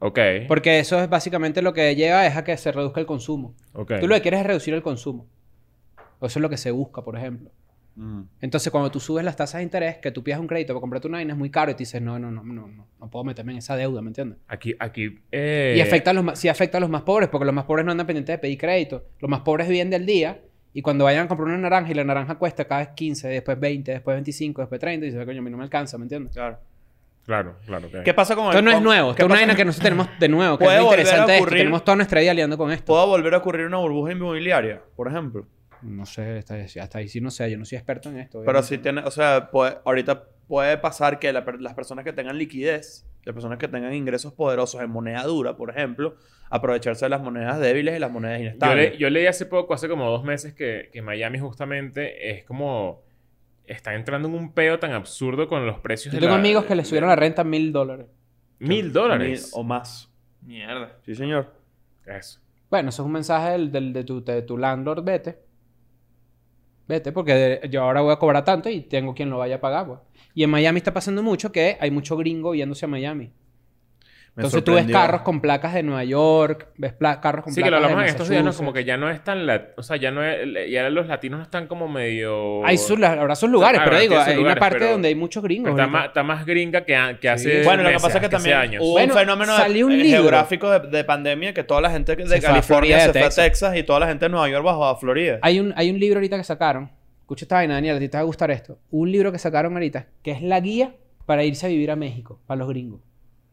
Ok.
Porque eso es básicamente lo que lleva es a que se reduzca el consumo.
ok.
Tú lo que quieres es reducir el consumo. Eso es lo que se busca, por ejemplo.
Mm.
Entonces, cuando tú subes las tasas de interés, que tú pidas un crédito para comprarte una vaina, es muy caro y te dices, no, no, no, no, no, no puedo meterme en esa deuda, ¿me entiendes?
Aquí, aquí... eh,
Y afecta a los más, sí afecta a los más pobres, porque los más pobres no andan pendientes de pedir crédito. Los más pobres viven del día y cuando vayan a comprar una naranja y la naranja cuesta cada vez 15, después 20, después 25, después 30, y dices, coño, a mí no me alcanza, ¿me entiendes?
Claro.
Claro, claro. ok.
¿Qué pasa con el-
Esto no es
con-
nuevo, esto
qué
es una
pasa-
vaina que nosotros tenemos de nuevo, que es
Puede
lo
volver a
interesante esto.
ocurrir.
Tenemos toda nuestra vida lidiando con esto.
¿Puede volver a ocurrir una burbuja inmobiliaria, por ejemplo?
No sé, hasta, hasta ahí sí no sé, yo no soy experto en esto.
Pero
obviamente.
si tiene, o sea, puede- ahorita puede pasar que la per- las personas que tengan liquidez, las personas que tengan ingresos poderosos en moneda dura, por ejemplo, aprovecharse de las monedas débiles y las monedas
Yo,
inestables.
le- yo leí hace poco, hace como dos meses, que, que Miami justamente es como... Está entrando en un peo tan absurdo con los precios
Yo
de
tengo
la-
amigos que le subieron la renta a mil dólares.
Mil dólares.
Ni- O más.
Mierda.
Sí, señor.
Eso.
Bueno, eso es un mensaje del, del- de, tu, de tu landlord, vete. Vete, porque de- yo ahora voy a cobrar tanto y tengo quien lo vaya a pagar. pues. Y en Miami está pasando mucho que hay mucho gringo yéndose a Miami.
Me
Entonces tú ves
sorprendió.
carros con placas de Nueva York, ves pla- carros con
Sí, que lo
placas de
hablamos en estos días, ¿no? Como que
Massachusetts.
ya no es tan... lat- O sea, ya no es... Ya los latinos no están como medio...
Hay sus, la- habrá sus lugares,
Ah,
pero
habrá
digo,
sus
hay una
lugares,
parte
pero-
donde hay muchos gringos.
Pero está,
ahorita.
más, está más gringa que, a- que hace.
Sí.
Bueno, lo que
meses,
pasa es que
hace
también
años.
hubo
Bueno,
un fenómeno de-
salió un
eh,
libro.
geográfico de, de pandemia que toda la gente de
Se fue a
California
Florida,
se
de
fue a
Texas.
Texas y toda la gente de Nueva York bajó a Florida.
Hay un, hay un libro ahorita que sacaron. Escucha esta vaina, Daniel, a ti te va a gustar esto. Un libro que sacaron ahorita, que es la guía para irse a vivir a México, para los gringos.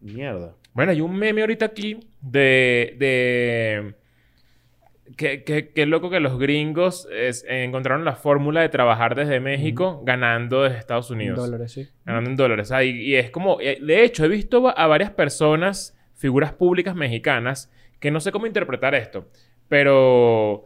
Mierda.
Bueno, hay un meme ahorita aquí de. de que, que, que loco que los gringos es- encontraron la fórmula de trabajar desde México ganando desde Estados Unidos.
Dólares, sí.
Ganando en dólares. Ah, y, y es como. eh, De hecho, he visto va- a varias personas, figuras públicas mexicanas, que no sé cómo interpretar esto, pero.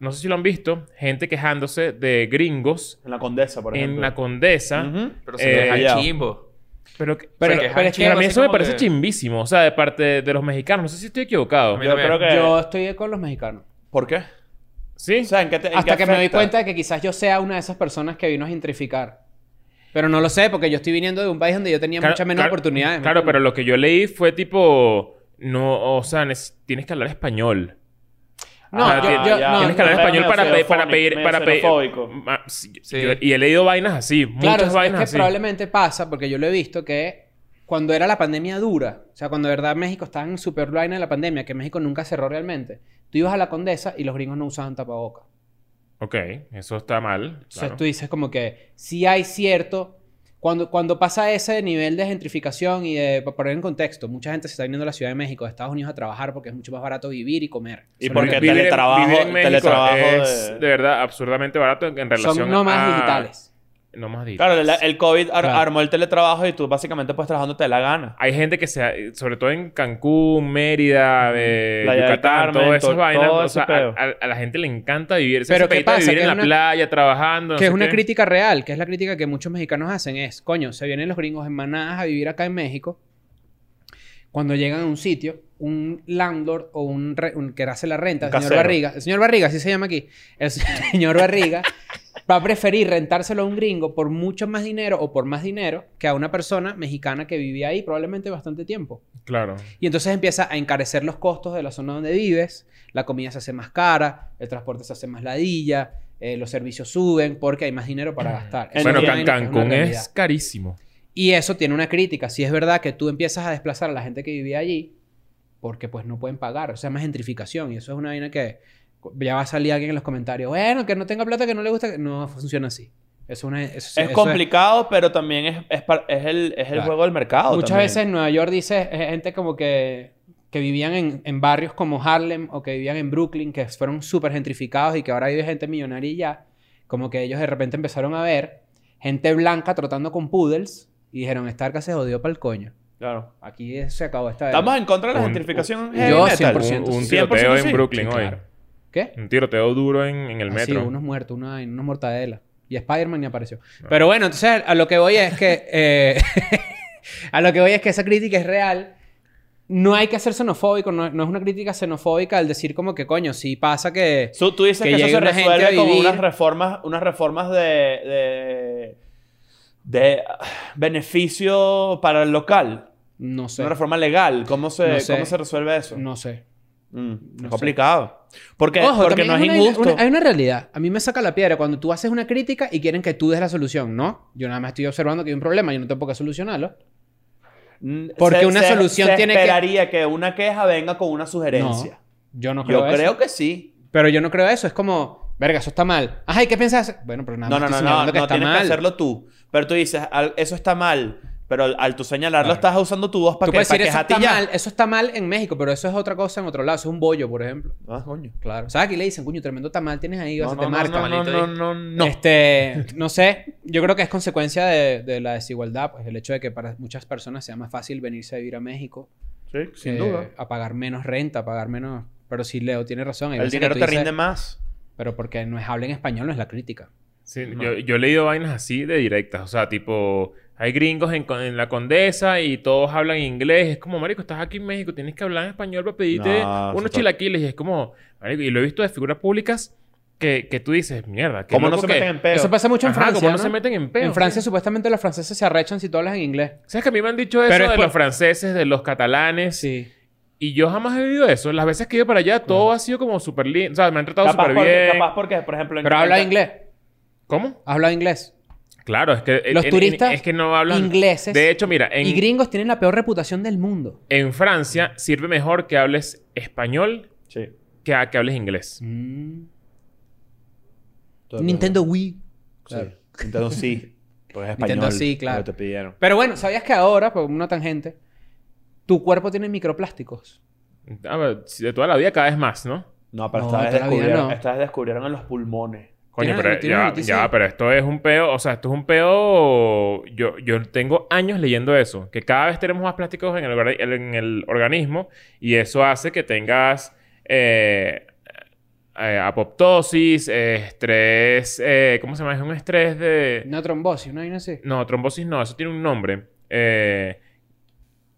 No sé si lo han visto, gente quejándose de gringos
En la Condesa, por
en
ejemplo.
la condesa.
Ujú.
Pero
Eh,
se deja
ya.
chimbo.
Pero, que-
Pero
pero,
es que-
pero
pero es que
para mí
así
eso me
como
parece
que-
chimbísimo. O sea, de parte de, de los mexicanos. No sé si estoy equivocado.
A mí
Yo creo que...
Yo estoy con los mexicanos.
¿Por qué?
¿Sí?
O sea, ¿en qué te- en
Hasta
qué
que me doy
afecta?
cuenta de que quizás yo sea una de esas personas que vino a gentrificar. Pero no lo sé, porque yo estoy viniendo de un país donde yo tenía
Claro,
muchas menos
claro,
oportunidades. ¿me
Claro, pero
entiendes?
lo que yo leí fue tipo... No, o sea, neces- tienes que hablar español.
No,
Ah,
yo-
ti-
yo- no,
tienes que hablar
no,
español
medio
para, pe- para
xenofónico,
pedir...
medio
Para pedir
xenofóbico.
Ma- sí,
Sí.
yo- y he leído vainas así.
Claro,
muchas
es-
vainas
es que
así.
probablemente pasa, porque yo lo he visto, que cuando era la pandemia dura, o sea, cuando de verdad México estaba en super line de la pandemia, que México nunca cerró realmente, tú ibas a la Condesa y los gringos no usaban tapabocas.
Ok, eso está mal.
O sea,
claro.
tú dices como que sí hay cierto... Cuando, cuando pasa ese nivel de gentrificación y de... Para poner en contexto, mucha gente se está viniendo a la Ciudad de México, de Estados Unidos a trabajar porque es mucho más barato vivir y comer.
Y
Son-
porque
Vivir en-
teletrabajo,
vivir en México
teletrabajo
es,
de-
de... verdad, absurdamente barato en, en relación
Son nómadas
a-
digitales.
Nómadas digitales.
Claro, el, el COVID ar-
Claro.
armó el teletrabajo y tú básicamente pues trabajándote de la gana.
Hay gente que se... Sobre todo en Cancún, Mérida, eh,
Playa del
Yucatán,
Carmen,
todas esas
todo-
vainas.
todo
o
ese
sea, a,
peo.
a- a la gente le encanta vivir.
Pero
Pero
¿qué
¿qué
pasa?
Vivir
Que
en la
es una-
playa, trabajando. no
que es
sé
una
qué.
crítica real, que es la crítica que muchos mexicanos hacen, es, coño, se vienen los gringos en manadas a vivir acá en México. Cuando llegan a un sitio, un landlord o un, re- un que hace la renta,
Un
el señor
casero.
Barriga, el señor Barriga, así se llama aquí, el señor Barriga va a preferir rentárselo a un gringo por mucho más dinero o por más dinero que a una persona mexicana que vivía ahí probablemente bastante tiempo.
Claro.
Y entonces empieza a encarecer los costos de la zona donde vives, la comida se hace más cara, el transporte se hace más ladilla,
Mm.
eh, los servicios suben porque hay más dinero para gastar. Eso
bueno,
es una
Can-
vaina que es una
Cancún es,
realidad.
carísimo.
Y eso tiene una crítica. Si es verdad que tú empiezas a desplazar a la gente que vivía allí, porque pues no pueden pagar, o sea, más gentrificación. Y eso es una vaina que cu- ya va a salir alguien en los comentarios, bueno, que no tenga plata, que no le gusta, que-". no funciona así. Eso es una- eso- eso
es complicado, pero también es, es, par- es el, es el
Claro.
juego del mercado.
Muchas
Ah, también.
veces en Nueva York dice eh, gente como que, que vivían en, en barrios como Harlem o que vivían en Brooklyn, que fueron súper gentrificados y que ahora vive gente millonaria y ya. Como que ellos de repente empezaron a ver gente blanca trotando con poodles y dijeron, esta arca se jodió para el coño.
Claro.
Aquí eh, se acabó esta...
Estamos en contra de la
Un-
gentrificación.
un-
heavy
Yo
metal.
100%.
Un, un
100%
tiroteo en
sí.
Brooklyn
Sí,
hoy.
claro. ¿Qué?
Un tiroteo duro en, en el
Ah,
metro. Ah.
Sí, unos muertos, una, unos mortadelas. Y Spider-Man ni apareció. Pero bueno, entonces a lo que voy es que... eh, a lo que voy es que esa crítica es real. No hay que ser xenofóbico. No, no es una crítica xenofóbica al decir como que, coño, sí pasa que...
So, tú dices
Que
que, eso
llegue
se
una gente
resuelve
a
con
vivir.
unas reformas, unas reformas de, de, de, ah, beneficio para el local.
No sé.
Una reforma legal. ¿Cómo se,
No sé.
¿cómo se resuelve eso?
No sé.
Mm, es
sé.
complicado. Porque, porque
también
no es
hay una-
injusto.
una- hay una realidad. A mí me saca la piedra cuando tú haces una crítica y quieren que tú des la solución, ¿no? Yo nada más estoy observando que hay un problema. Yo no tengo por qué solucionarlo.
Mm,
porque una solución tiene que-
esperaría que... una queja venga con una sugerencia.
No, yo no creo
Yo
eso.
creo que sí.
Pero yo no creo eso. Es como, verga, eso está mal. Ajá, ¿y qué piensas? Bueno, pero nada
No,
más
no,
estoy
no, no,
señalando
no
que está
tienes
mal.
que hacerlo tú. Pero tú dices, al- eso está mal. Pero al, al tú señalarlo,
Claro.
estás usando tu voz para
Tú
que
puedes
para
decir, eso
quejarte
está
y ya.
mal. Eso está mal en México, pero eso es otra cosa en otro lado. Eso es un bollo, por ejemplo.
Ah, coño.
Claro. ¿Sabes aquí le dicen, coño, tremendo tamal tienes ahí?
No,
vas a
no,
te
no,
marca.
no, no, no, no, no.
Este, no sé, yo creo que es consecuencia de, de la desigualdad, pues el hecho de que para muchas personas sea más fácil venirse a vivir a México,
Sí, sin
eh,
duda.
a pagar menos renta, a pagar menos. Pero sí, Leo tiene razón. hay
El
veces que
dinero
tú
te
dices,
rinde más.
Pero porque no es hablen español, no es la crítica.
Sí, yo, yo he leído vainas así de directas. O sea, tipo, hay gringos en, con- en la condesa y todos hablan inglés. Es como, Marico, estás aquí en México, tienes que hablar en español para pedirte
No,
unos
total.
chilaquiles. Y es como, Marico, y lo he visto de figuras públicas que, que tú dices, mierda, que
¿Cómo no se meten en peo?
Eso pasa mucho en Francia.
como no
¿no?
se meten en peo.
en Francia
sí.
supuestamente los franceses se arrechan si tú hablas en inglés.
¿Sabes que a mí me han dicho eso
Pero es
de
por-
los franceses, de los catalanes?
Sí.
Y yo jamás he vivido eso. Las veces que he ido para allá, todo ha sido como súper lindo. O sea, me han tratado
Capaz
súper
porque,
bien.
capaz porque, por ejemplo... en-
Pero
en-
habla inglés.
¿Cómo?
Habla inglés.
Claro, es que...
Los
en- en-
turistas
es que no hablan...
ingleses
De hecho, mira, en,
Y gringos tienen la peor reputación del mundo.
en Francia sirve mejor que hables español
Sí.
que, a- que hables inglés. Mm,
Nintendo Wii.
Sí.
Claro.
Nintendo sí. Porque es español.
Nintendo sí, claro.
lo que te pidieron.
Pero bueno, ¿sabías que ahora, por una tangente, tu cuerpo tiene microplásticos?
Ah, pero si de toda la vida cada vez más, ¿no?
No, pero esta,
No,
vez
todavía
descubrieron,
no.
esta vez descubrieron en los pulmones.
Coño,
Tiene-
pero
tiene
ya,
noticia.
ya, pero esto es un peo, o sea, esto es un peo, yo, yo tengo años leyendo eso, que cada vez tenemos más plásticos en el, orga- en el organismo y eso hace que tengas eh, eh, apoptosis, eh, estrés, eh, ¿cómo se llama? Es un estrés de...
Una trombosis, una vaina así.
No, trombosis no, eso tiene un nombre. Eh,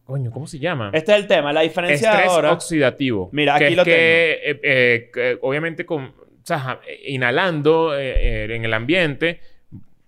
coño, ¿cómo se llama?
Este es el tema. La diferencia
Estrés
ahora...
oxidativo.
Mira,
que
aquí
es
lo
que, eh, eh, que, obviamente, con, o sea, ja- eh, inhalando eh, eh, en el ambiente,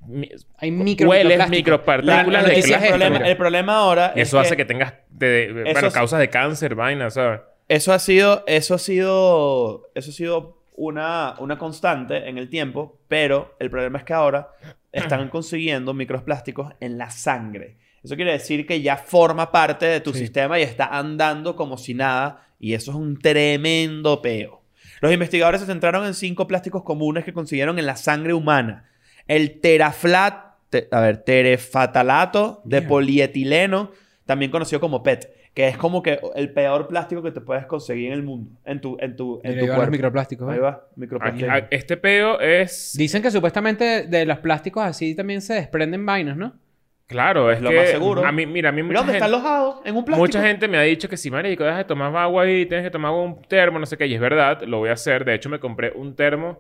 mi-
Hay micro
hueles
la-
La-
micropartículas
la
de
noticia
el,
es esta,
plástico.
problema,
mira.
el problema ahora
Y
es
eso hace que, tengas te- de-
Eso
bueno,
es-
causas de cáncer, vainas, ¿sabes?
Eso ha sido, eso ha sido, eso ha sido una, una constante en el tiempo, pero el problema es que ahora están consiguiendo microplásticos en la sangre. Eso quiere decir que ya forma parte de tu
Sí.
sistema y está andando como si nada, y eso es un tremendo peo. Los investigadores se centraron en cinco plásticos comunes que consiguieron en la sangre humana. El teraflat, te- a ver, terefatalato de
Mierda.
polietileno, también conocido como PET, que es como que el peor plástico que te puedes conseguir en el mundo, en tu, en tu, en tu
Mira, ahí van los
cuerpo.
microplásticos. ¿eh?
Ahí va,
Aquí-
microplástico.
a- este pedo es...
Dicen que supuestamente de los plásticos así también se desprenden vainas, ¿no?
Claro, es
Lo
que
más seguro.
A mí, mira, a mí
Mira
mucha
dónde está
gente,
alojado, en un plástico.
mucha gente me ha dicho que si, marico, dejas de tomar agua ahí, tienes que tomar agua en un termo, no sé qué. Y es verdad, lo voy a hacer. De hecho, me compré un termo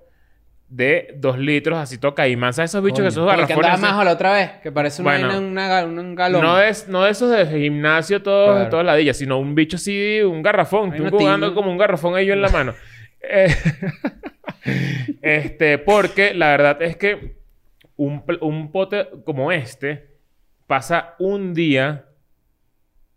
de dos litros, así toca. Y más a esos bichos
Coño.
que esos
Como el que
garrafones...
andaba
así-
más a la otra vez, que parece una
Bueno.
vaina, una ga- un- un galón.
No de, no de esos de gimnasio, todos,
Claro.
todas las dillas, sino un bicho así, un garrafón.
Hay
Tú
una
jugando
tiña.
como un garrafón ahí yo en la mano. Eh, este, porque la verdad es que un, pl- un pote como este pasa un día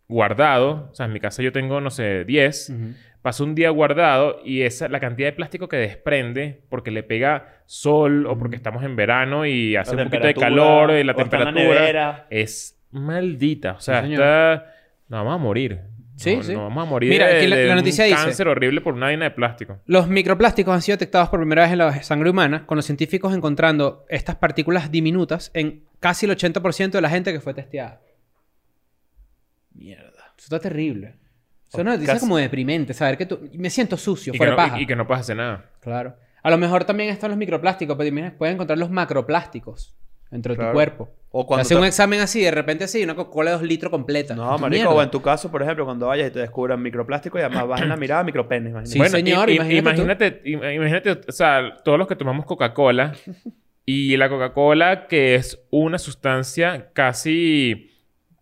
guardado. O sea, en mi casa yo tengo, no sé, 10.
Ujú.
Pasa un día guardado y esa, la cantidad de plástico que desprende porque le pega sol o porque estamos en verano y hace
La
un poquito de
temperatura,
calor y la
o está en
temperatura
nevera.
es maldita. O sea,
Sí, señor.
está... Nos vamos a morir.
Sí,
No-
sí.
Nos vamos a morir
Mira,
de,
aquí la-
de
la noticia
un
dice-
cáncer horrible por una vaina de plástico.
Los microplásticos han sido detectados por primera vez en la sangre humana, con los científicos encontrando estas partículas diminutas en casi el 80% de la gente que fue testeada.
Mierda.
Eso está terrible. Eso
O
es una noticia
casi-
como deprimente, saber que tú... Me siento
Y
sucio,
que,
fuera
no,
paja.
y- y que no puedes hacer nada.
Claro. A lo mejor también están los microplásticos, pero también puedes encontrar los macroplásticos dentro de
Claro.
tu cuerpo.
O
Te
cuando
hace
te-
un examen así, de repente así, una Coca-Cola de 2 litros completa.
No,
Tu
marico,
mierda.
o en tu caso, por ejemplo, cuando vayas y te descubran microplástico y además vas en la mirada micropene, imagínate.
Sí, señor,
i- i-
imagínate
imagínate, im- imagínate, o sea, todos los que tomamos Coca-Cola y la Coca-Cola que es una sustancia casi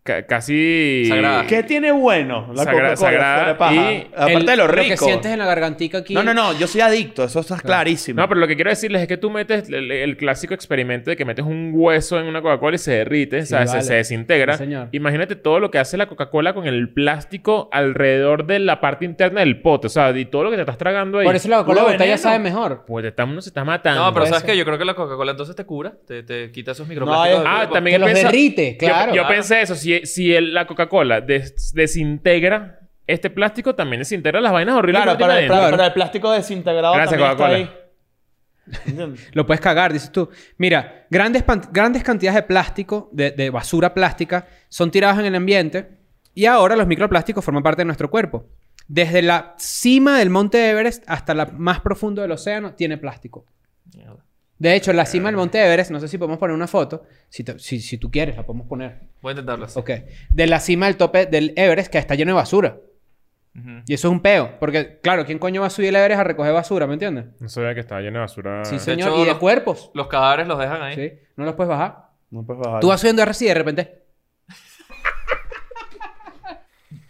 ca- casi
Sagrada.
¿Qué tiene bueno la
Sagra-
Coca-Cola?
sagrada
fuera de paja?
y
Aparte
El-
de lo rico.
que sientes en la gargantica aquí.
No, no, no, yo soy adicto, eso está clarísimo.
No, pero lo que quiero decirles es que tú metes el, el clásico experimento de que metes un hueso en una Coca-Cola y se derrite, o sea, se-
vale.
se, desintegra.
Sí, señor.
Imagínate todo lo que hace la Coca-Cola con el plástico alrededor de la parte interna del pote, o sea, y todo lo que te estás tragando ahí.
Por eso Pues, la Coca-Cola
Puro
de botella
veneno.
sabe mejor.
Pues te está- uno se está matando.
No, pero
puede
¿sabes
ser.
qué? Yo creo que la Coca-Cola entonces te cura. Te, te quita esos microplásticos.
yo-
del
Ah,
cuerpo.
también
Que los
piensa-
derrite,
Yo-
claro.
Yo,
Claro.
pensé eso. Si, si el- la Coca-Cola des- desintegra este plástico, también desintegra las vainas horribles.
Claro,
que uno
para el,
tiene adentro.
para el plástico desintegrado
Gracias,
también está
Coca-Cola.
ahí. ¿Entiendes?
Lo puedes cagar, dices tú. Mira, grandes, pan- grandes cantidades de plástico, de, de basura plástica, son tirados en el ambiente y ahora los microplásticos forman parte de nuestro cuerpo. Desde la cima del monte Everest hasta la más profundo del océano tiene plástico.
Mierda.
De hecho, la cima del monte Everest, no sé si podemos poner una foto, si, te- si, si tú quieres, la podemos poner.
Voy a intentarlo. así.
Ok. De la cima del tope del Everest que está lleno de basura.
Ujú.
Y eso es un peo. Porque, claro, ¿quién coño va a subir el Everest a recoger basura? ¿Me entiendes?
No sabía que estaba lleno Ah. de basura.
Sí,
se-
señor.
hecho,
y de
los-
cuerpos.
Los cadáveres los dejan ahí.
Sí. No los puedes bajar.
No puedes bajar.
Tú vas subiendo RC y de repente.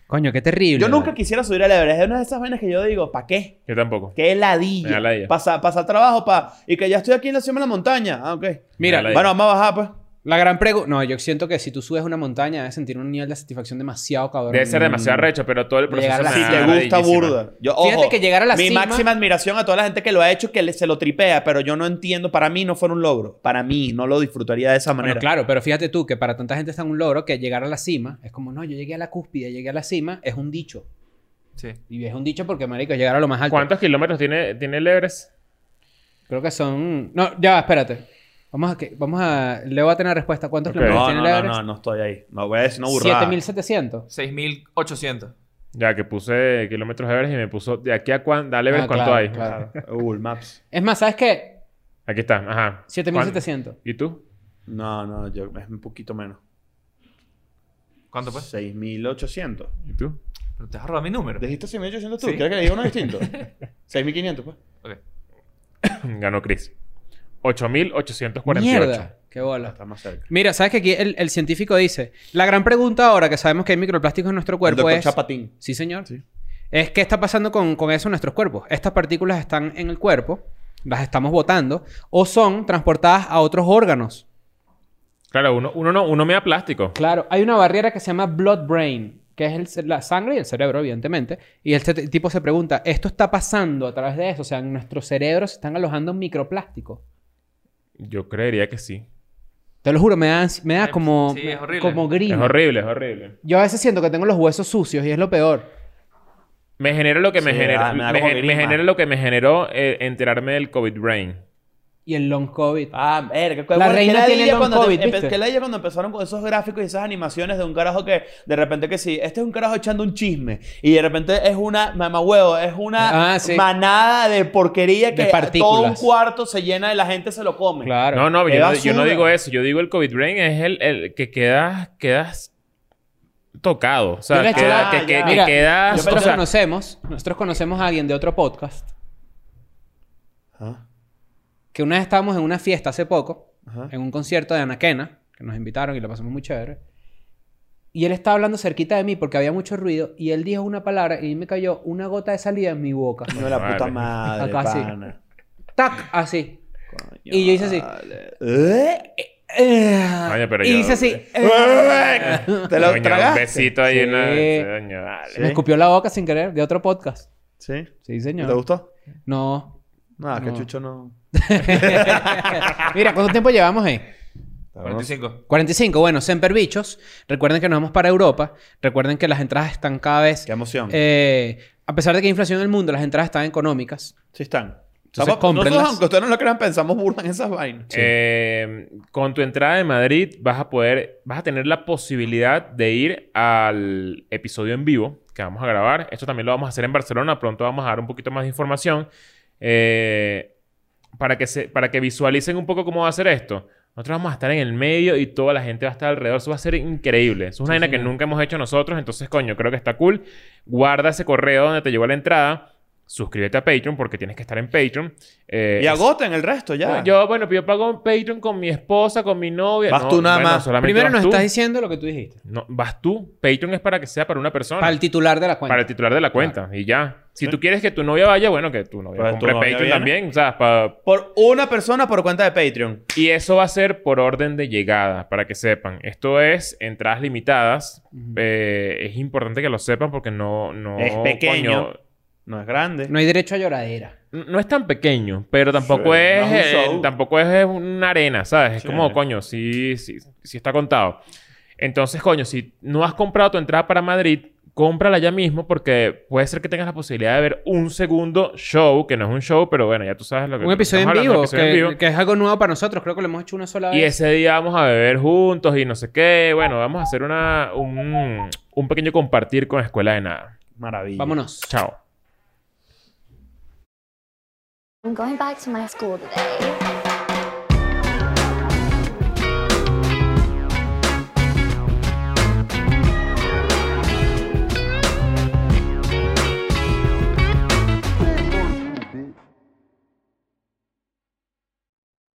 Coño, qué terrible.
Yo nunca
vale.
quisiera subir al Everest. Es una de esas vainas que yo digo, ¿para qué?
Yo tampoco.
¿Qué
Me da
heladilla?
ladilla.
Pasa, pasa al trabajo, pa. Y que ya estoy aquí en la cima de la montaña. Ah, ok.
Mira,
Dale ahí.
Bueno, vamos a bajar, pues.
la gran pregunta. No, yo siento que si tú subes una montaña, debes sentir un nivel de satisfacción demasiado cabrón.
Debe ser demasiado arrecho, pero todo el proceso
mm, llegar a la
me
Si
cima.
da
te gusta
ladillísima.
burda. Yo, ojo,
Fíjate que llegar a la
mi
cima-
máxima admiración a toda la gente que lo ha hecho, que le- se lo tripea, pero yo no entiendo. Para mí no fue un logro. Para mí no lo disfrutaría de esa
Bueno,
manera.
claro, pero fíjate tú que para tanta gente está un logro que llegar a la cima es como, no, yo llegué a la cúspide, llegué a la cima, es un dicho.
Sí.
Y es un dicho porque, marico, es llegar a lo más alto.
¿Cuántos kilómetros tiene, tiene el Everest?
Creo que son. No, ya, va, espérate. Vamos a que. Vamos a. Le voy a tener respuesta. ¿Cuántos
Ok.
kilómetros
No,
tiene
no,
el
no,
Everest?
no, no estoy ahí. Me voy a decir una burrada.
7700.
6.800.
Ya que puse kilómetros Everest y me puso de aquí a cuán, dale Everest
Ah,
cuánto
claro,
hay.
claro.
Google Maps.
Es más, ¿sabes qué?
Aquí está, ajá.
7700.
¿Y tú?
No, no, yo- es un poquito menos.
¿Cuánto pues?
6.800.
¿Y tú?
Pero te has robado mi número.
¿Dijiste 6.800 tú?
Sí.
¿Quieres que le diga uno distinto? 6.500, pues.
Ok.
Ganó Chris. 8.848.
Mierda. Qué bola.
Está más cerca.
Mira, sabes que aquí el, el científico dice, la gran pregunta ahora que sabemos que hay microplásticos en nuestro cuerpo
El doctor
es...
Chapatín.
Sí, señor.
Sí.
Es qué está pasando con, con eso en nuestros cuerpos. Estas partículas están en el cuerpo, las estamos botando, o son transportadas a otros órganos.
Claro, uno, uno no, uno me da plástico.
Claro, hay una barrera que se llama blood brain, que es el ce- la sangre y el cerebro, evidentemente. Y este t- tipo se pregunta, ¿esto está pasando a través de eso? O sea, en nuestro cerebro se están alojando microplásticos.
Yo creería que sí.
Te lo juro, me da, ansi- me da
Eh,
como,
sí, es horrible.
como grima.
Es horrible, es horrible.
Yo a veces siento que tengo los huesos sucios y es lo peor.
Me genera lo que me
Sí,
genera.
da- me da
Me,
como
gen- me
grima.
genera lo que me generó eh, enterarme del COVID Brain.
Y el long COVID.
Ah, verga.
La reina tiene long COVID, ¿viste?
Que la ella cuando empezaron con esos gráficos y esas animaciones de un carajo que de repente que sí, este es un carajo echando un chisme y de repente es una mamahuevo, es una
Ah, sí.
manada de porquería
De
que todo un
partículas.
cuarto se llena y la gente se lo come.
Claro.
No, no, yo
Es
no, yo no
basura.
digo eso. Yo digo el COVID Brain es el, el que quedas, quedas tocado. O
Yo le
sea,
he hecho-
queda-
Ah,
que, que-
ya.
que
Mira,
quedas.
nosotros,
o sea,
conocemos, nosotros conocemos a alguien de otro podcast
Ajá,
que una vez estábamos en una fiesta hace poco,
ajá.
en un concierto de Anaquena, que nos invitaron y lo pasamos muy chévere. Y él estaba hablando cerquita de mí porque había mucho ruido y él dijo una palabra y me cayó una gota de salida en mi boca.
No la puta
Vale.
madre,
Acá sí.
pana.
¡Tac! Así.
Coño,
Y yo hice así.
vale. ¿Eh?
Coño, pero
Ah. y
yo-
dice así. "Eh".
¿Te lo
coño, un
tragaste?
besito ahí.
Sí.
Una, coño, dale.
Sí.
Me escupió la boca sin querer de otro podcast.
¿Sí?
Sí,
¿Te
señor.
gustó?
No.
Nada, que
No.
chucho no.
Mira, ¿cuánto tiempo llevamos ahí?
45.
45, bueno, Semper Bichos. Recuerden que nos vamos para Europa. Recuerden que las entradas están cada vez.
Qué emoción.
eh, a pesar de que hay inflación en el mundo, las entradas están económicas.
sí están.
entonces
Estamos- nosotros,
cómprenlas.
aunque ustedes no lo crean, pensamos burlan esas vainas.
Eh, con tu entrada de Madrid vas a poder, vas a tener la posibilidad de ir al episodio en vivo que vamos a grabar. Esto también lo vamos a hacer en Barcelona. Pronto vamos a dar un poquito más de información eh, para que se, para que visualicen un poco cómo va a ser esto. Nosotros vamos a estar en el medio y toda la gente va a estar alrededor. Eso va a ser increíble. Eso es una vaina que nunca hemos hecho nosotros. Entonces, coño, creo que está cool. Guarda ese correo donde te llegó la entrada. Suscríbete a Patreon porque tienes que estar en Patreon. Eh,
Y agoten el resto ya.
yo, bueno, yo pago en Patreon con mi esposa, con mi novia.
Vas tú nada más.
solamente
Primero
vas
nos
tú.
estás diciendo lo que tú dijiste.
No, vas tú. Patreon es para que sea para una persona.
Para el titular de la cuenta.
Para el titular de la cuenta. Y ya. Si tú quieres que tu novia vaya, bueno, que tu novia
Pues tu
compre
novia
Patreon
viene.
también. O sea, pa-
Por una persona por cuenta de Patreon.
Y eso va a ser por orden de llegada, para que sepan. Esto es entradas limitadas. Eh, es importante que lo sepan porque no... no
Es pequeño.
coño,
No es grande.
No hay derecho a lloradera.
No es tan pequeño, pero tampoco
Sí,
es,
no es un
eh,
show.
tampoco es, eh, una arena, ¿sabes? Es
Sí.
como, coño, sí, sí, sí está contado. Entonces, coño, si no has comprado tu entrada para Madrid, cómprala ya mismo porque puede ser que tengas la posibilidad de ver un segundo show, que no es un show, pero bueno, ya tú sabes lo que
Un episodio en
estamos hablando,
vivo,
un episodio
que,
en vivo.
que es algo nuevo para nosotros. Creo que lo hemos hecho una sola vez.
Y ese día vamos a beber juntos y no sé qué. Bueno, vamos a hacer una, un, un pequeño compartir con Escuela de Nada.
Maravilla.
Vámonos.
Chao.
I'm going back to my school today.